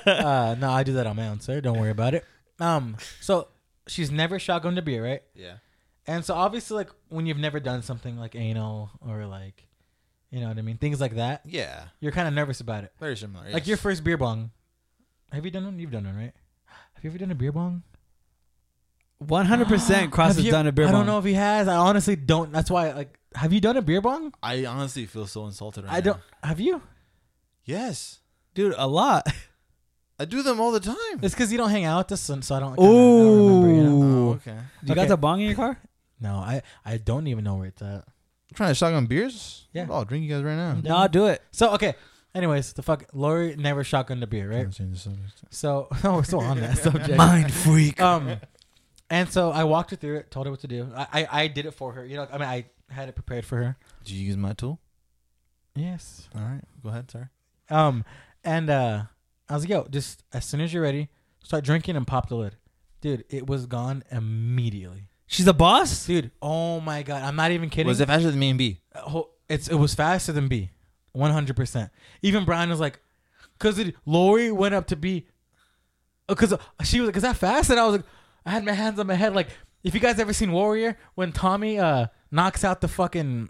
S2: Uh, no, I do that on my own, sir. Don't worry about it. Um, so she's never shotgunned a beer, right?
S1: Yeah.
S2: And so obviously, like when you've never done something like anal or like, you know what I mean, things like that,
S1: Yeah.
S2: you're kind of nervous about it.
S1: Very similar.
S2: Like
S1: yes.
S2: your first beer bong. Have you done one? You've done one, right? Have you ever done a beer bong?
S3: 100% Cross
S2: Have
S3: has
S2: you-
S3: done a beer
S2: I
S3: bong.
S2: don't know if he has. I honestly don't. That's why. Like, have you done a beer bong?
S1: I honestly feel so insulted right
S2: I don't.
S1: now.
S2: Have you?
S1: Yes.
S3: Dude, a lot.
S1: I do them all the time.
S2: It's because you don't hang out with us, so so I don't. kinda- I don't remember, you know?
S1: Oh,
S3: Ooh.
S1: okay. I'm
S3: You
S2: Okay.
S3: got the bong in your car?
S2: No, I I don't even know where it's at.
S1: trying to shotgun beers?
S2: Yeah.
S1: I'll drink you guys right now.
S3: No, I'll do it.
S2: So okay. Anyways, the fuck, Lori never shotgunned a beer,
S1: Mm.
S2: right? So no, we're still on that subject.
S4: Mind freak.
S2: um, and so I walked her through it, told her what to do. I, I, I did it for her. You know, I mean, I had it prepared for her.
S1: Did you use my tool?
S2: Yes.
S1: All right. Go ahead. Sorry.
S2: Um, and uh, I was like, yo, just as soon as you're ready, start drinking and pop the lid, dude. It was gone immediately,
S3: She's a boss?
S2: dude. Oh my god, I'm not even kidding.
S1: Was it faster than me and B?
S2: Uh, ho- It's it was faster than B, 100. percent Even Brian was like, because Lori went up to B, because she was because I fasted. I was like, I had my hands on my head. Like, if you guys ever seen Warrior, when Tommy uh knocks out the fucking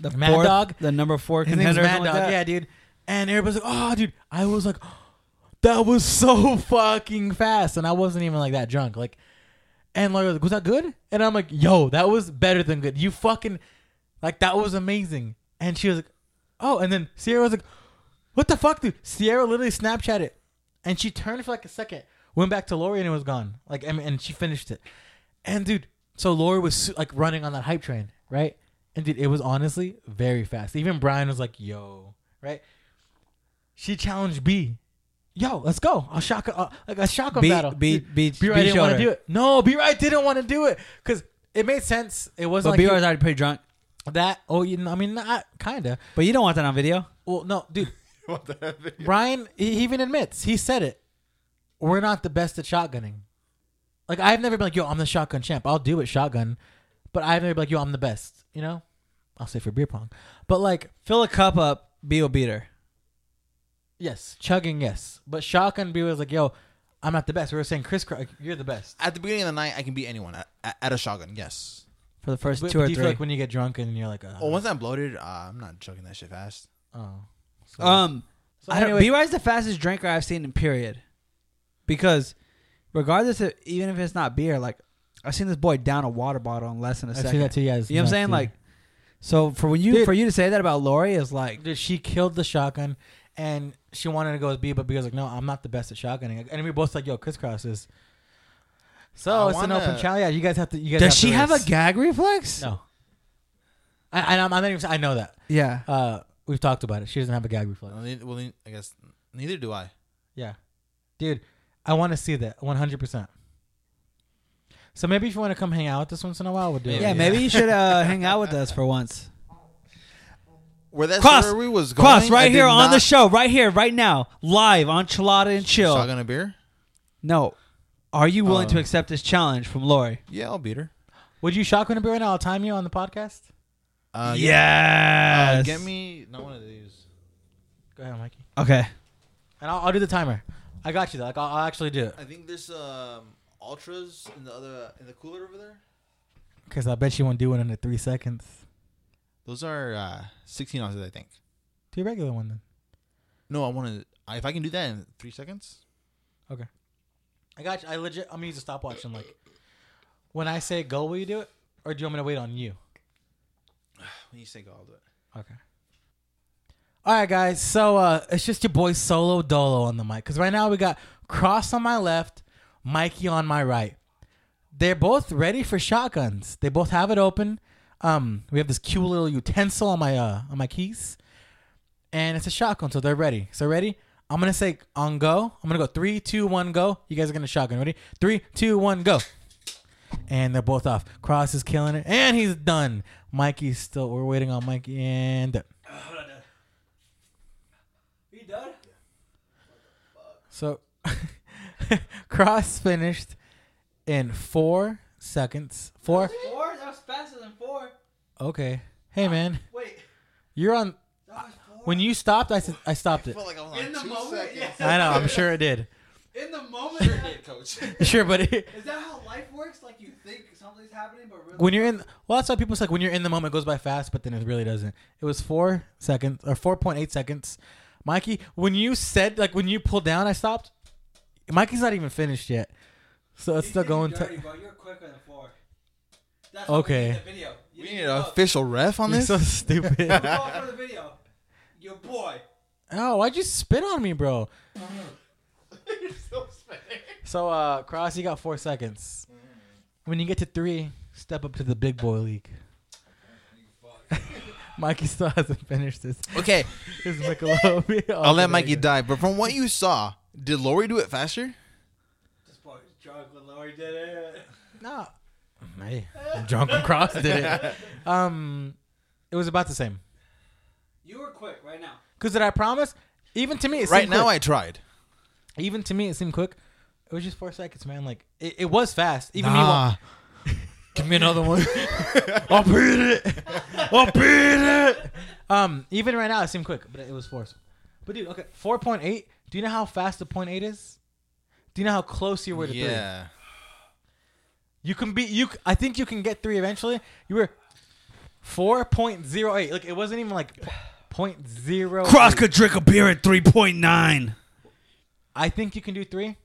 S3: The
S2: Mad
S3: fourth-
S2: Dog?
S3: The number four
S2: his name's
S3: contender. or
S2: Mad
S3: something
S2: Dog,
S3: like that.
S2: yeah, dude. And everybody's like, oh, dude, I was like, that was so fucking fast, and I wasn't even like that drunk, like. And Lori was like, was that good? And I'm like, yo, that was better than good. You fucking, like, that was amazing. And she was like, oh. And then Sierra was like, what the fuck, dude? Sierra literally Snapchat it. And she turned for like a second, went back to Lori, and it was gone. Like, I mean, and she finished it. And dude, so Lori was su- like running on that hype train, right? And dude, it was honestly very fast. Even Brian was like, yo, right? She challenged B. Yo, let's go. I'll shock uh, like a shotgun
S3: Be-
S2: battle.
S3: be-
S2: Dude,
S3: be-
S2: B-Right
S3: be
S2: didn't want to
S3: showed
S2: do
S3: her.
S2: it. No, B Right didn't want to do it because it made sense. It
S3: But
S2: wasn't
S3: B
S2: like he-
S3: was already pretty drunk.
S2: that. Oh, you know, I mean, not kind of.
S3: But you don't want that on video.
S2: Well, no, dude. Brian, he even admits he said it. We're not the best at shotgunning. Like I've never been like, yo, I'm the shotgun champ. I'll do it shotgun, but I've never been like, yo, I'm the best. You know, I'll say for beer pong, but like,
S3: Fill a cup up, B will beat her.
S2: yes, chugging, yes, but shotgun beer was like, yo, I'm not the best. We were saying Chris, Cro- you're the best.
S1: At the beginning of the night, I can beat anyone at, at- at a shotgun. Yes.
S3: For the first
S2: But,
S3: two
S2: but
S3: or
S2: do you
S3: three.
S2: feel like when you get drunk and you're like, uh,
S1: Oh,
S3: Uh-huh.
S1: once I'm bloated, uh, I'm not chugging that shit fast.
S2: oh, so-
S3: Um,
S2: So
S3: I don't,
S2: anyway-
S3: B-Ride's the fastest drinker I've seen in period. Because regardless of, even if it's not beer, like, I've seen this boy down a water bottle in less than a
S2: I've seen
S3: second.
S2: that to you guys.
S3: You know what I'm saying? Like, so for when you
S2: Dude.
S3: for you to say that about Lori is like,
S2: Dude, she killed the shotgun, and she wanted to go with B, but B was like, "No, I'm not the best at shotgunning." And we were both like, "Yo, crisscross is." So
S1: I
S2: it's an
S1: wanna-
S2: open challenge. Yeah, you guys have to. You guys.
S3: does
S2: have
S3: she
S2: to
S3: have a
S2: race.
S3: gag reflex?
S2: No. I, I I'm I'm not even. I know that.
S3: Yeah.
S2: Uh, we've talked about it. She doesn't have a gag reflex.
S1: Well, ne- well, ne- I guess neither do I.
S2: Yeah, dude, I want to see that 100. percent So maybe if you want to come hang out with us once in a while, we'll do
S3: Yeah,
S2: it.
S3: maybe you should uh, hang out with us for once.
S1: Where that
S3: Cross,
S1: story was going,
S3: Cross
S1: I
S3: right
S1: did
S3: here on the
S1: not-
S3: show, right here, right now, live on Chilada and Chill.
S1: Shotgun a beer?
S3: No, are you willing to
S1: Uh,
S3: accept this challenge from Lori?
S1: Yeah, I'll beat her.
S2: Would you shotgun a beer right now? I'll time you on the podcast.
S1: Uh,
S3: yes.
S1: Uh, get me not one of these.
S2: Go ahead, Mikey,
S3: Okay.
S2: and I'll, I'll do the timer. I got you though. Like I'll, I'll actually do it
S1: I think there's um ultras in the other uh, in the cooler over there.
S2: because I bet she won't do it under three seconds.
S1: Those are uh, 16 ounces, I think.
S2: Do your regular one then.
S1: No, I want to. If I can do that in three seconds,
S2: I got you. I legit. I'm gonna use a stopwatch and like, when I say go, will you do it, or do you want me to wait on you?
S1: When you say go, I'll do it.
S3: Okay.
S2: All right, guys. So uh, it's just your boy Solo Dolo on the mic. Because right now we got Cross on my left, Mikey on my right. They're both ready for shotguns. They both have it open. Um, we have this cute little utensil on my uh, on my keys, and it's a shotgun, so they're ready. So ready. I'm gonna say on go. I'm gonna go three, two, one, go. You guys are gonna shotgun. Ready? Three, two, one, go. And they're both off. Cross is killing it, and he's done. Mikey's still. We're waiting on Mikey, and So, Cross finished in four seconds. Four.
S3: Four? That was faster than four.
S2: Okay. Hey, man,
S3: Wait.
S2: you're on. When you stopped, I said I stopped it.
S1: like I was
S3: In the moment, yeah.
S2: I know. I'm sure it did.
S3: In the moment.
S1: coach.
S2: Sure, but it,
S3: Is that how life works? Like you think something's happening, but really
S2: when you're in, well, that's why people say like, when you're in the moment, it goes by fast, but then it really doesn't. It was four seconds or four point eight seconds. Mikey, when you said like when you pulled down, I stopped. Mikey's not even finished yet, so it's still going.
S3: Dirty,
S2: To,
S3: bro. You're quicker than four. That's
S2: Okay.
S3: What we need in the video. You
S1: We
S3: need
S1: need
S3: to
S1: an
S3: vote.
S1: official ref on
S2: you're
S1: this.
S2: so stupid.
S3: Vote for the video. Your boy.
S2: Oh, why'd you spit on me, bro? So, uh, Cross, you got four seconds. When you get to three, step up to the big boy league. Mikey still hasn't finished his,
S1: Okay,
S2: his Michelob.
S1: I'll let Mikey die. But from what you saw, did Lori do it faster?
S3: This boy was drunk when Lori did it.
S2: No. Hey, drunken Cross did it. Um, it was about the same.
S3: You were quick right now.
S2: Cause did I promise? Even to me, it
S1: Right
S2: seemed
S1: now,
S2: quick.
S1: I tried.
S2: even to me, it seemed quick. It was just four seconds, man. Like it, it was fast. Even me, wa-
S1: Nah.
S2: give me another one.
S1: I'll beat it. I'll beat it.
S2: Um, even right now it seemed quick, but it was forced. But dude, okay, four point eight. Do you know how fast the point eight is? Do you know how close you were to three?
S1: Yeah.
S2: You can be you. c- I think you can get three eventually. You were four point zero eight. Like it wasn't even like po- point zero.
S4: Cross
S2: eight.
S4: could drink a beer at 3.9.
S2: I think you can do three.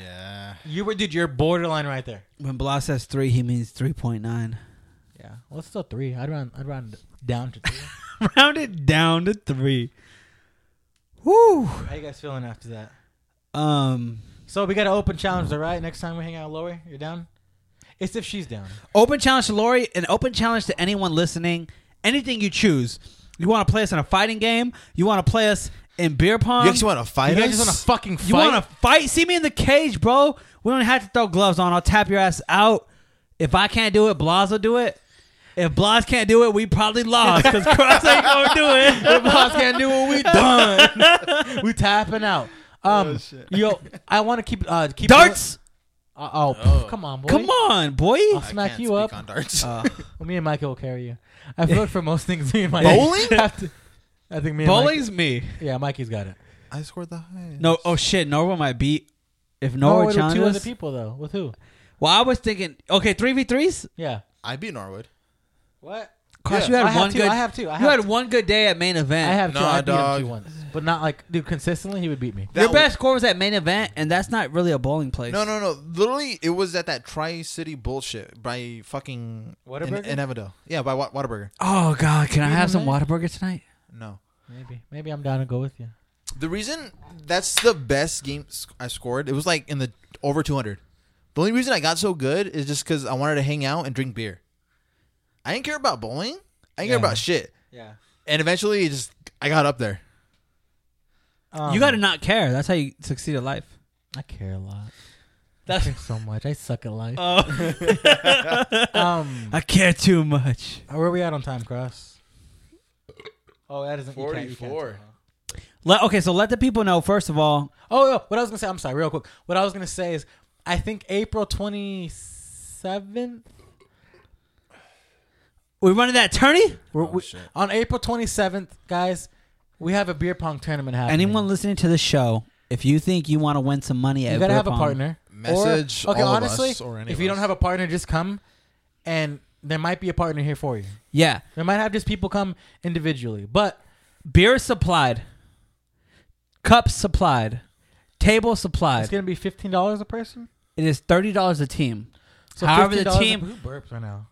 S1: Yeah.
S2: You were, dude. You're borderline right there.
S3: When Blas says three, he means three point nine.
S2: Yeah. Well, it's still three. I'd round. I'd round down to three.
S3: Round it down to three. Woo.
S2: How you guys feeling after that?
S3: Um.
S2: So we got an open challenge, all right? Next time we hang out, Lori, you're down. It's if she's down.
S3: Open challenge to Lori, an open challenge to anyone listening. Anything you choose. You want to play us in a fighting game? You want to play us in beer pong?
S1: You actually want to fight
S2: You
S1: us?
S2: guys just want to fucking fight.
S3: You want to fight? See me in the cage, bro. We don't have to throw gloves on. I'll tap your ass out. If I can't do it, Blas will do it. If Blas can't do it, we probably lost because Cross ain't gonna do it.
S2: the boss can't do what we done. we tapping out. Um, yo, I want to keep uh keep
S3: Darts,
S2: Uh, oh, pff, come on, boy.
S3: come on, boy.
S2: I'll
S1: I
S2: smack
S1: can't
S2: you
S1: speak
S2: up. Uh,
S1: on darts.
S2: Well, me and Michael will carry you. I feel like for most things, me and Mike
S1: Bowling?
S2: have to- I think me and Mike-
S3: Bowling's me.
S2: yeah, Mikey's got it.
S1: I scored the highest.
S3: No, oh shit, Norwood might beat. If
S2: Norway
S3: Norwood
S2: Oh, with two other
S3: challenges,
S2: people though. With who?
S3: well, I was thinking, okay, three v threes.
S2: Yeah.
S1: I beat Norwood.
S2: What?
S1: Yeah.
S3: Cross, you had
S2: I have
S3: one
S2: two.
S3: good.
S2: I have two. I
S3: you
S2: have
S3: had one good day at main event.
S2: I have two.
S1: Nah,
S2: I beat him
S1: dog.
S2: two once, but not like dude. Consistently, he would beat me.
S3: Your
S1: That-
S3: best score was at main event, and that's not really a bowling place.
S1: No, no, no. Literally, it was at that Tri City bullshit by fucking
S2: Whataburger?
S1: in, in Evadale. Yeah, by Wa- Whataburger.
S3: Oh God, can I
S2: Main
S3: have some
S2: event?
S3: Whataburger tonight?
S1: No.
S2: Maybe, maybe I'm down to go with you.
S1: The reason that's the best game sc- I scored, it was like in the over 200. The only reason I got so good is just because I wanted to hang out and drink beer. I didn't care about bowling. I didn't care
S2: Yeah.
S1: about shit.
S2: Yeah.
S1: And eventually, it just I got up there.
S2: Um,
S3: you got to not care. That's how you succeed at life.
S2: I care a lot.
S3: That's-
S2: I care so much. I suck at life.
S3: Oh,
S2: um,
S3: I care too much.
S2: where are we at on time, Cross? Oh, that isn't you can't- you can't tell,
S1: 44.
S2: huh?
S3: Let, okay, so let the people know first of all.
S2: Oh, no, what I was gonna say. I'm sorry, real quick. What I was gonna say is, I think April 27th.
S3: We're running that tourney.
S2: we're-
S1: Oh,
S2: we-
S1: shit.
S2: on April 27th, guys, we have a beer pong tournament happening.
S3: Anyone listening to the show, if you think you want to win some money, at
S2: you gotta
S3: Beer
S2: have a
S3: Pong,
S2: partner.
S1: Message
S2: Or, okay,
S1: all of
S2: honestly,
S1: us or any
S2: if
S1: of
S2: you
S1: us.
S2: don't have a partner, just come, and there might be a partner here for you.
S3: Yeah,
S2: There might have just people come individually, but
S3: beer supplied, cups supplied, table
S2: it's
S3: supplied.
S2: gonna be fifteen dollars a person.
S3: It is thirty dollars a team.
S2: So
S3: However, the
S2: $15 a-
S3: team-
S2: who burps right now?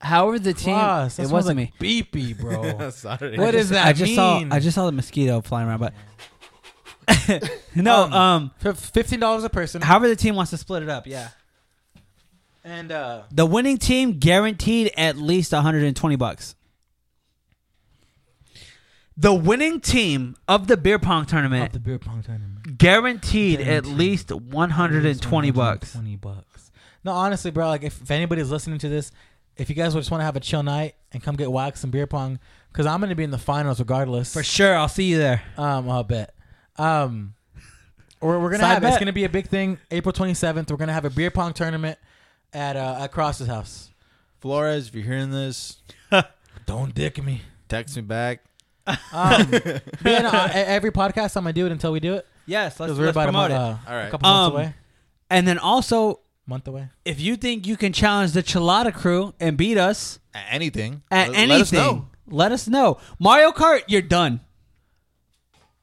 S3: However, the team
S2: Plus, that
S3: it
S2: smells
S3: wasn't
S2: like
S3: me.
S2: Beepy, bro.
S1: Sorry.
S2: What
S3: I
S2: does
S3: just-
S2: that
S3: I just saw
S2: mean?
S3: I just saw the mosquito flying around, but no.
S2: Um,
S3: Um,
S2: For fifteen dollars a person,
S3: however, the team wants to split it up. Yeah,
S2: Ah. and uh,
S3: the winning team guaranteed at least 120 bucks. The winning team of the beer pong
S2: of
S3: tournament
S2: the beer pong tournament.
S3: guaranteed, at
S2: Guaranteed.
S3: least 120 bucks.
S2: 120 bucks. No, honestly, bro. Like, if, if anybody's listening to this, if you guys just want to have a chill night and come get waxed and beer pong, because I'm gonna be in the finals regardless.
S3: For sure, I'll see you there.
S2: Um, I'll bet. Um, we're, we're gonna
S3: Side
S2: have it's
S3: bet.
S2: gonna be a big thing. April 27th, we're gonna have a beer pong tournament at uh, at Cross's house.
S1: Flores, if you're hearing this,
S2: Don't dick me.
S1: text me back.
S2: Um, yeah, no, I- every podcast I'm gonna do it until we do it
S3: Yes, let's,
S2: because
S3: let's
S2: we're about a,
S3: promote
S2: month,
S3: it.
S2: uh,
S1: All
S2: a
S1: right.
S2: couple months
S3: Um,
S2: away.
S3: And then also,
S2: Month away.
S3: if you think you can challenge the Chilada crew and beat us
S1: A- Anything.
S3: at
S1: Let-
S3: anything,
S1: Let us know.
S3: let us know. Mario Kart, you're done.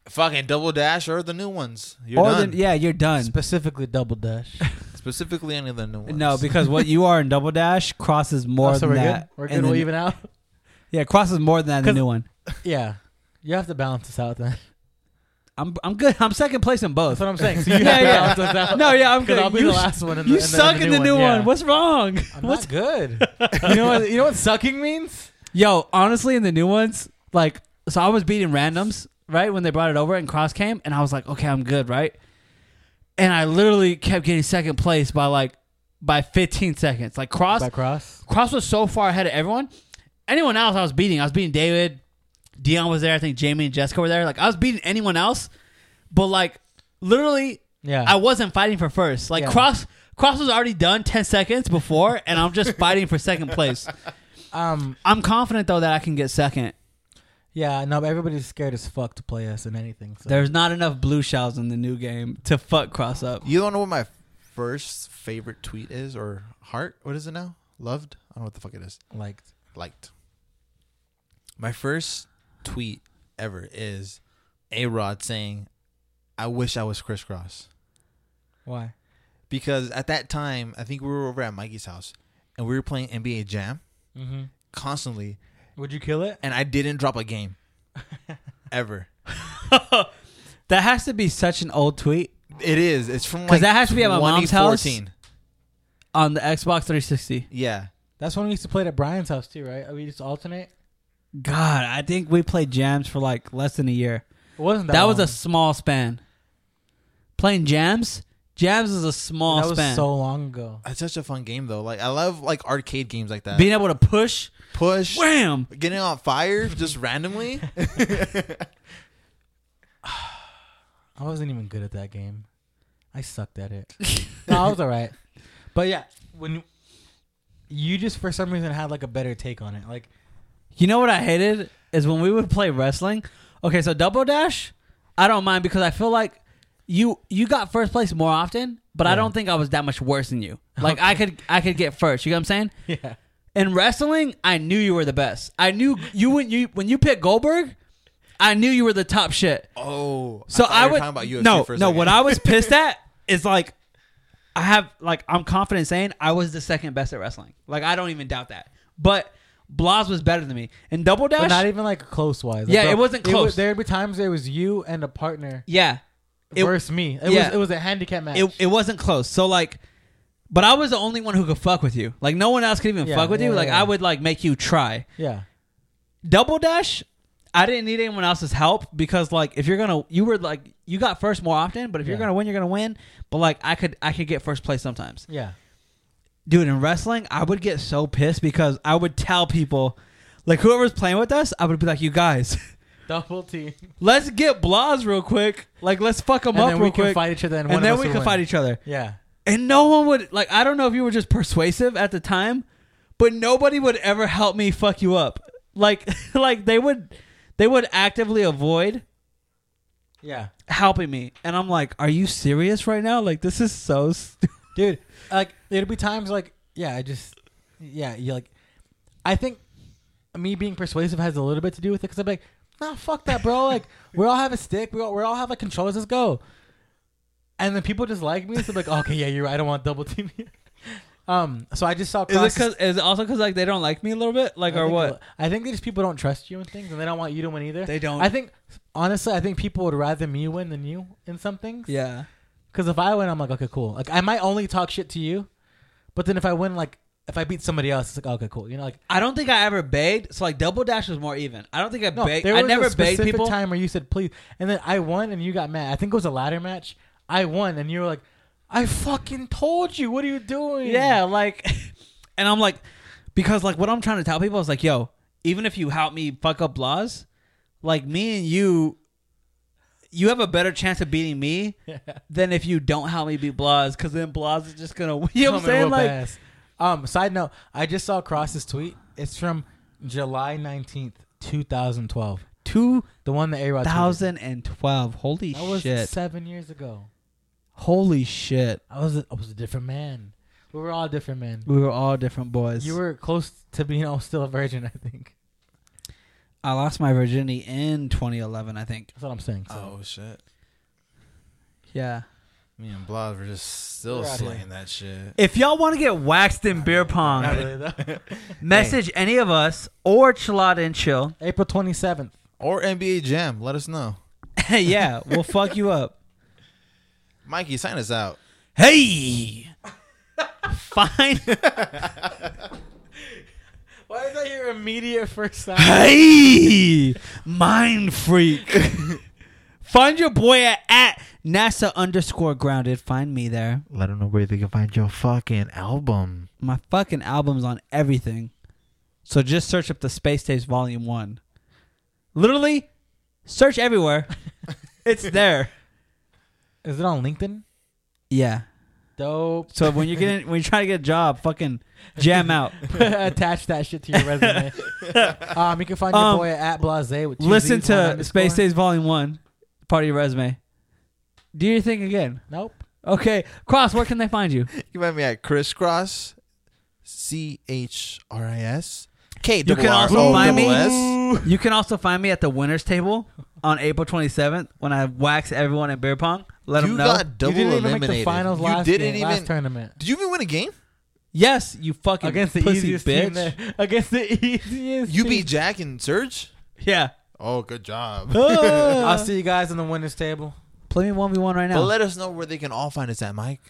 S1: Fucking Double Dash or the new ones. You're
S3: Or
S1: done.
S3: the- yeah, you're done.
S2: Specifically, double dash.
S1: Specifically, any of the new ones.
S3: No, because what you are in Double Dash crosses more
S2: Oh, so
S3: than
S2: we're
S3: that.
S2: good. We're
S3: And
S2: good. We'll
S3: then-
S2: even out.
S3: Yeah, crosses more than that in the
S2: 'Cause-
S3: new one.
S2: Yeah. You have to balance this out then.
S3: I'm I'm good. I'm second place in both.
S2: That's what I'm saying. So you have
S3: Yeah,
S2: to
S3: yeah.
S2: balance this out.
S3: No, yeah, I'm
S2: 'Cause
S3: good.
S2: I'll be
S3: you
S2: the
S3: s-
S2: last one. In the,
S3: you
S2: and then
S3: suck in the new one.
S2: yeah.
S3: What's wrong?
S2: I'm
S3: What's
S2: not good. you know what? You know what sucking means?
S3: yo? Honestly, in the new ones, like so, I was beating randoms right when they brought it over and cross came, and I was like, okay, I'm good, right? And I literally kept getting second place by like by 15 seconds. Like cross
S2: By cross.
S3: Cross was so far ahead of everyone. Anyone else I was beating. I was beating David. Dion was there. I think Jamie and Jessica were there. Like I was beating anyone else, but like literally,
S2: Yeah.
S3: I wasn't fighting for first. Like
S2: Yeah.
S3: Cross, Cross was already done ten seconds before, and I'm just fighting for second place.
S2: um.
S3: I'm confident though that I can get second.
S2: Yeah. No. But everybody's scared as fuck to play us in anything. So.
S3: There's not enough blue shells in the new game to fuck Cross up.
S1: You don't know what my first favorite tweet is or heart? What is it now? Loved? I don't know what the fuck it is.
S2: like.
S1: Liked. My first tweet ever is A Rod saying, I wish I was crisscross.
S2: Why?
S1: Because at that time, I think we were over at Mikey's house and we were playing NBA Jam
S2: Mm-hmm.
S1: constantly,
S2: Would you kill it?
S1: and I didn't drop a game ever.
S3: that has to be such an old tweet
S1: It is. It's from
S3: 'Cause
S1: like
S3: that has to be at my mom's house?
S1: 2014.
S3: on the Xbox 360.
S1: Yeah.
S2: That's when we used to play it at Brian's house too, right? We used to alternate.
S3: God, I think we played jams for like less than a year.
S2: It wasn't that.
S3: That was
S2: long.
S3: a small span. Playing jams, jams is a small
S2: That was
S3: span.
S2: so long ago.
S1: It's such a fun game though. Like I love like arcade games like that.
S3: Being able to push,
S1: Push,
S3: wham!
S1: getting on fire just randomly.
S2: I wasn't even good at that game. I sucked at it. no, I was all right. But yeah, when you just for some reason had like a better take on it, like
S3: You know what I hated is when we would play wrestling. Okay, so double dash, I don't mind because I feel like you you got first place more often, but I
S2: Yeah.
S3: don't think I was that much worse than you. Like I could I could get first. You know what I'm saying?
S2: yeah,
S3: In wrestling, I knew you were the best. I knew you when you when you picked Goldberg, I knew you were the top shit.
S1: oh,
S3: So
S1: thought
S3: I,
S1: you were
S3: would
S1: talking about UFC
S3: no
S1: for a
S3: no.
S1: second.
S3: What I was pissed at is like I have like I'm confident saying I was the second best at wrestling. Like I don't even doubt that. But Blas was better than me and Double
S2: but
S3: Dash.
S2: not even like close wise.
S3: Yeah, it wasn't close.
S2: there'd be times there was you and a partner
S3: yeah, It-
S2: versus me. It
S3: yeah.
S2: was it was a handicap match.
S3: it it wasn't close. So like, but I was the only one who could fuck with you. Like no one else could even
S2: Yeah,
S3: fuck with
S2: yeah,
S3: you.
S2: yeah,
S3: Like
S2: yeah.
S3: I would like make you try.
S2: yeah,
S3: Double Dash. I didn't need anyone else's help because like if you're gonna you were like you got first more often, but if you're
S2: Yeah.
S3: gonna win, you're gonna win. But like I could I could get first place sometimes.
S2: yeah.
S3: dude in wrestling i would get so pissed because i would tell people like whoever's playing with us i would be like you guys
S2: Double team,
S3: let's get Blas real quick like let's fuck them
S2: and
S3: up
S2: then we
S3: real
S2: can
S3: quick
S2: fight each other, and,
S3: and then we can fight each other
S2: Yeah,
S3: and no one would like i don't know if you were just persuasive at the time but nobody would ever help me fuck you up like like they would they would actively avoid
S2: yeah,
S3: helping me and i'm like are you serious right now like this is so st-
S2: dude. Like there'd be times like yeah, I just yeah, you like. I think me being persuasive has a little bit to do with it because I'm like, nah, fuck that, bro. Like we all have a stick, we all we all have like controllers. Let's go. And then people just like me, so I'm like, okay, yeah, you're right. I don't want double team. Um, so I just saw.
S3: Is it
S2: crosses-
S3: cause? Is it also because like they don't like me a little bit? Like
S2: I
S3: or
S2: think
S3: what?
S2: it'll- I think they just people don't trust you in things, and they don't want you to win either.
S3: They don't.
S2: I think honestly, I think people would rather me win than you in some things.
S3: yeah.
S2: Because if I win, I'm like, okay, cool. Like I might only talk shit to you, but then if I win, like if I beat somebody else, it's like okay, cool. You know, like
S3: I don't think I ever begged. So like double dash was more even. I don't think I
S2: no,
S3: begged.
S2: there
S3: I
S2: was
S3: never
S2: a
S3: begged
S2: specific
S3: people.
S2: time where you said please, and then I won and you got mad. I think it was a ladder match. I won and you were like, I fucking told you. What are you doing?
S3: Yeah, like, and I'm like, because like what I'm trying to tell people is like, yo, even if you help me fuck up laws, like me and you. You have a better chance of beating me than if you don't help me beat Blaz, because then Blaz is just gonna. You know what I'm
S2: Coming to
S3: saying?
S2: whoop
S3: Like,
S2: ass. um, side note, I just saw Cross's tweet. It's from July nineteenth, two thousand twelve.
S3: two
S2: The one that A Rod. That
S3: 2012. Holy
S2: was
S3: shit.
S2: seven years ago.
S3: Holy shit.
S2: I was a, I was a different man. We were all different men.
S3: We were all different boys.
S2: You were close to being all still a virgin. I think
S3: I lost my virginity in 2011, I think.
S2: that's what I'm saying. So.
S1: Oh shit!
S3: Yeah.
S1: Me and Blob were just still
S2: We're outta here.
S1: slaying that shit.
S3: If y'all want to get waxed in beer
S2: Not
S3: pong,
S2: really though.
S3: message any of us or Chilada and Chill.
S2: April 27th.
S1: Or NBA Jam. Let us know.
S3: yeah, we'll fuck you up.
S1: Mikey, sign us out.
S3: Hey! Fine.
S2: Why is that your immediate first sign?
S3: Hey! Mind freak. Find your boy at, at NASA underscore grounded. Find me there.
S1: Let them know where they can find your fucking album.
S3: my fucking album's on everything. So just search up the Space Tapes Volume 1. Literally, search everywhere. it's there.
S2: Is it on LinkedIn?
S3: Yeah.
S2: Dope.
S3: So when you're getting when you're trying to get a job, fucking jam out.
S2: Attach that shit to your resume. um, you can find your
S3: Um,
S2: boy at Blase. With two
S3: Listen
S2: Zs, one
S3: to Space
S2: underscore.
S3: Tapes Volume 1, part of your resume. Do your thing again.
S2: Nope.
S3: Okay. Cross, where can they find you?
S1: You can find me at crisscross, C H R I S K.
S3: You can
S1: double R
S3: also
S1: O
S3: find me-
S1: double S.
S3: You can also find me at the winners table on April 27th when I wax everyone at beer pong. Let
S1: You
S3: them know.
S1: got double
S2: you didn't even make
S1: eliminated.
S2: the finals
S1: you
S2: last,
S1: didn't
S2: game,
S1: even.
S2: last tournament.
S1: did you even win a game?
S3: yes, you fucking
S2: Against the
S3: pussy
S2: easiest
S3: bitch.
S2: team there. Against the easiest
S1: You
S2: team.
S1: beat Jack and Serge.
S3: Yeah.
S1: Oh, good job.
S2: I'll see you guys on the winners table.
S3: Play me one v one right now.
S1: But let us know where they can all find us at, Mike.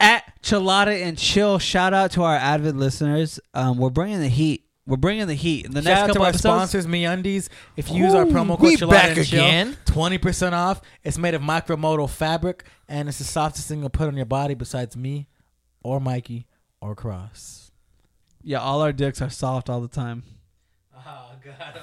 S3: At Chilada and Chill, shout out to our avid listeners. Um, we're bringing the heat. We're bringing the heat. In the next
S2: Shout out to
S3: couple
S2: our
S3: episodes,
S2: sponsors, MeUndies. If you use our promo code
S1: we
S2: Chilada
S1: back
S2: and Chill,
S1: again.
S2: 20% off. It's made of micromodal fabric, and it's the softest thing you'll put on your body besides me or Mikey or Cross.
S3: yeah, all our dicks are soft all the time.
S2: Oh, got him.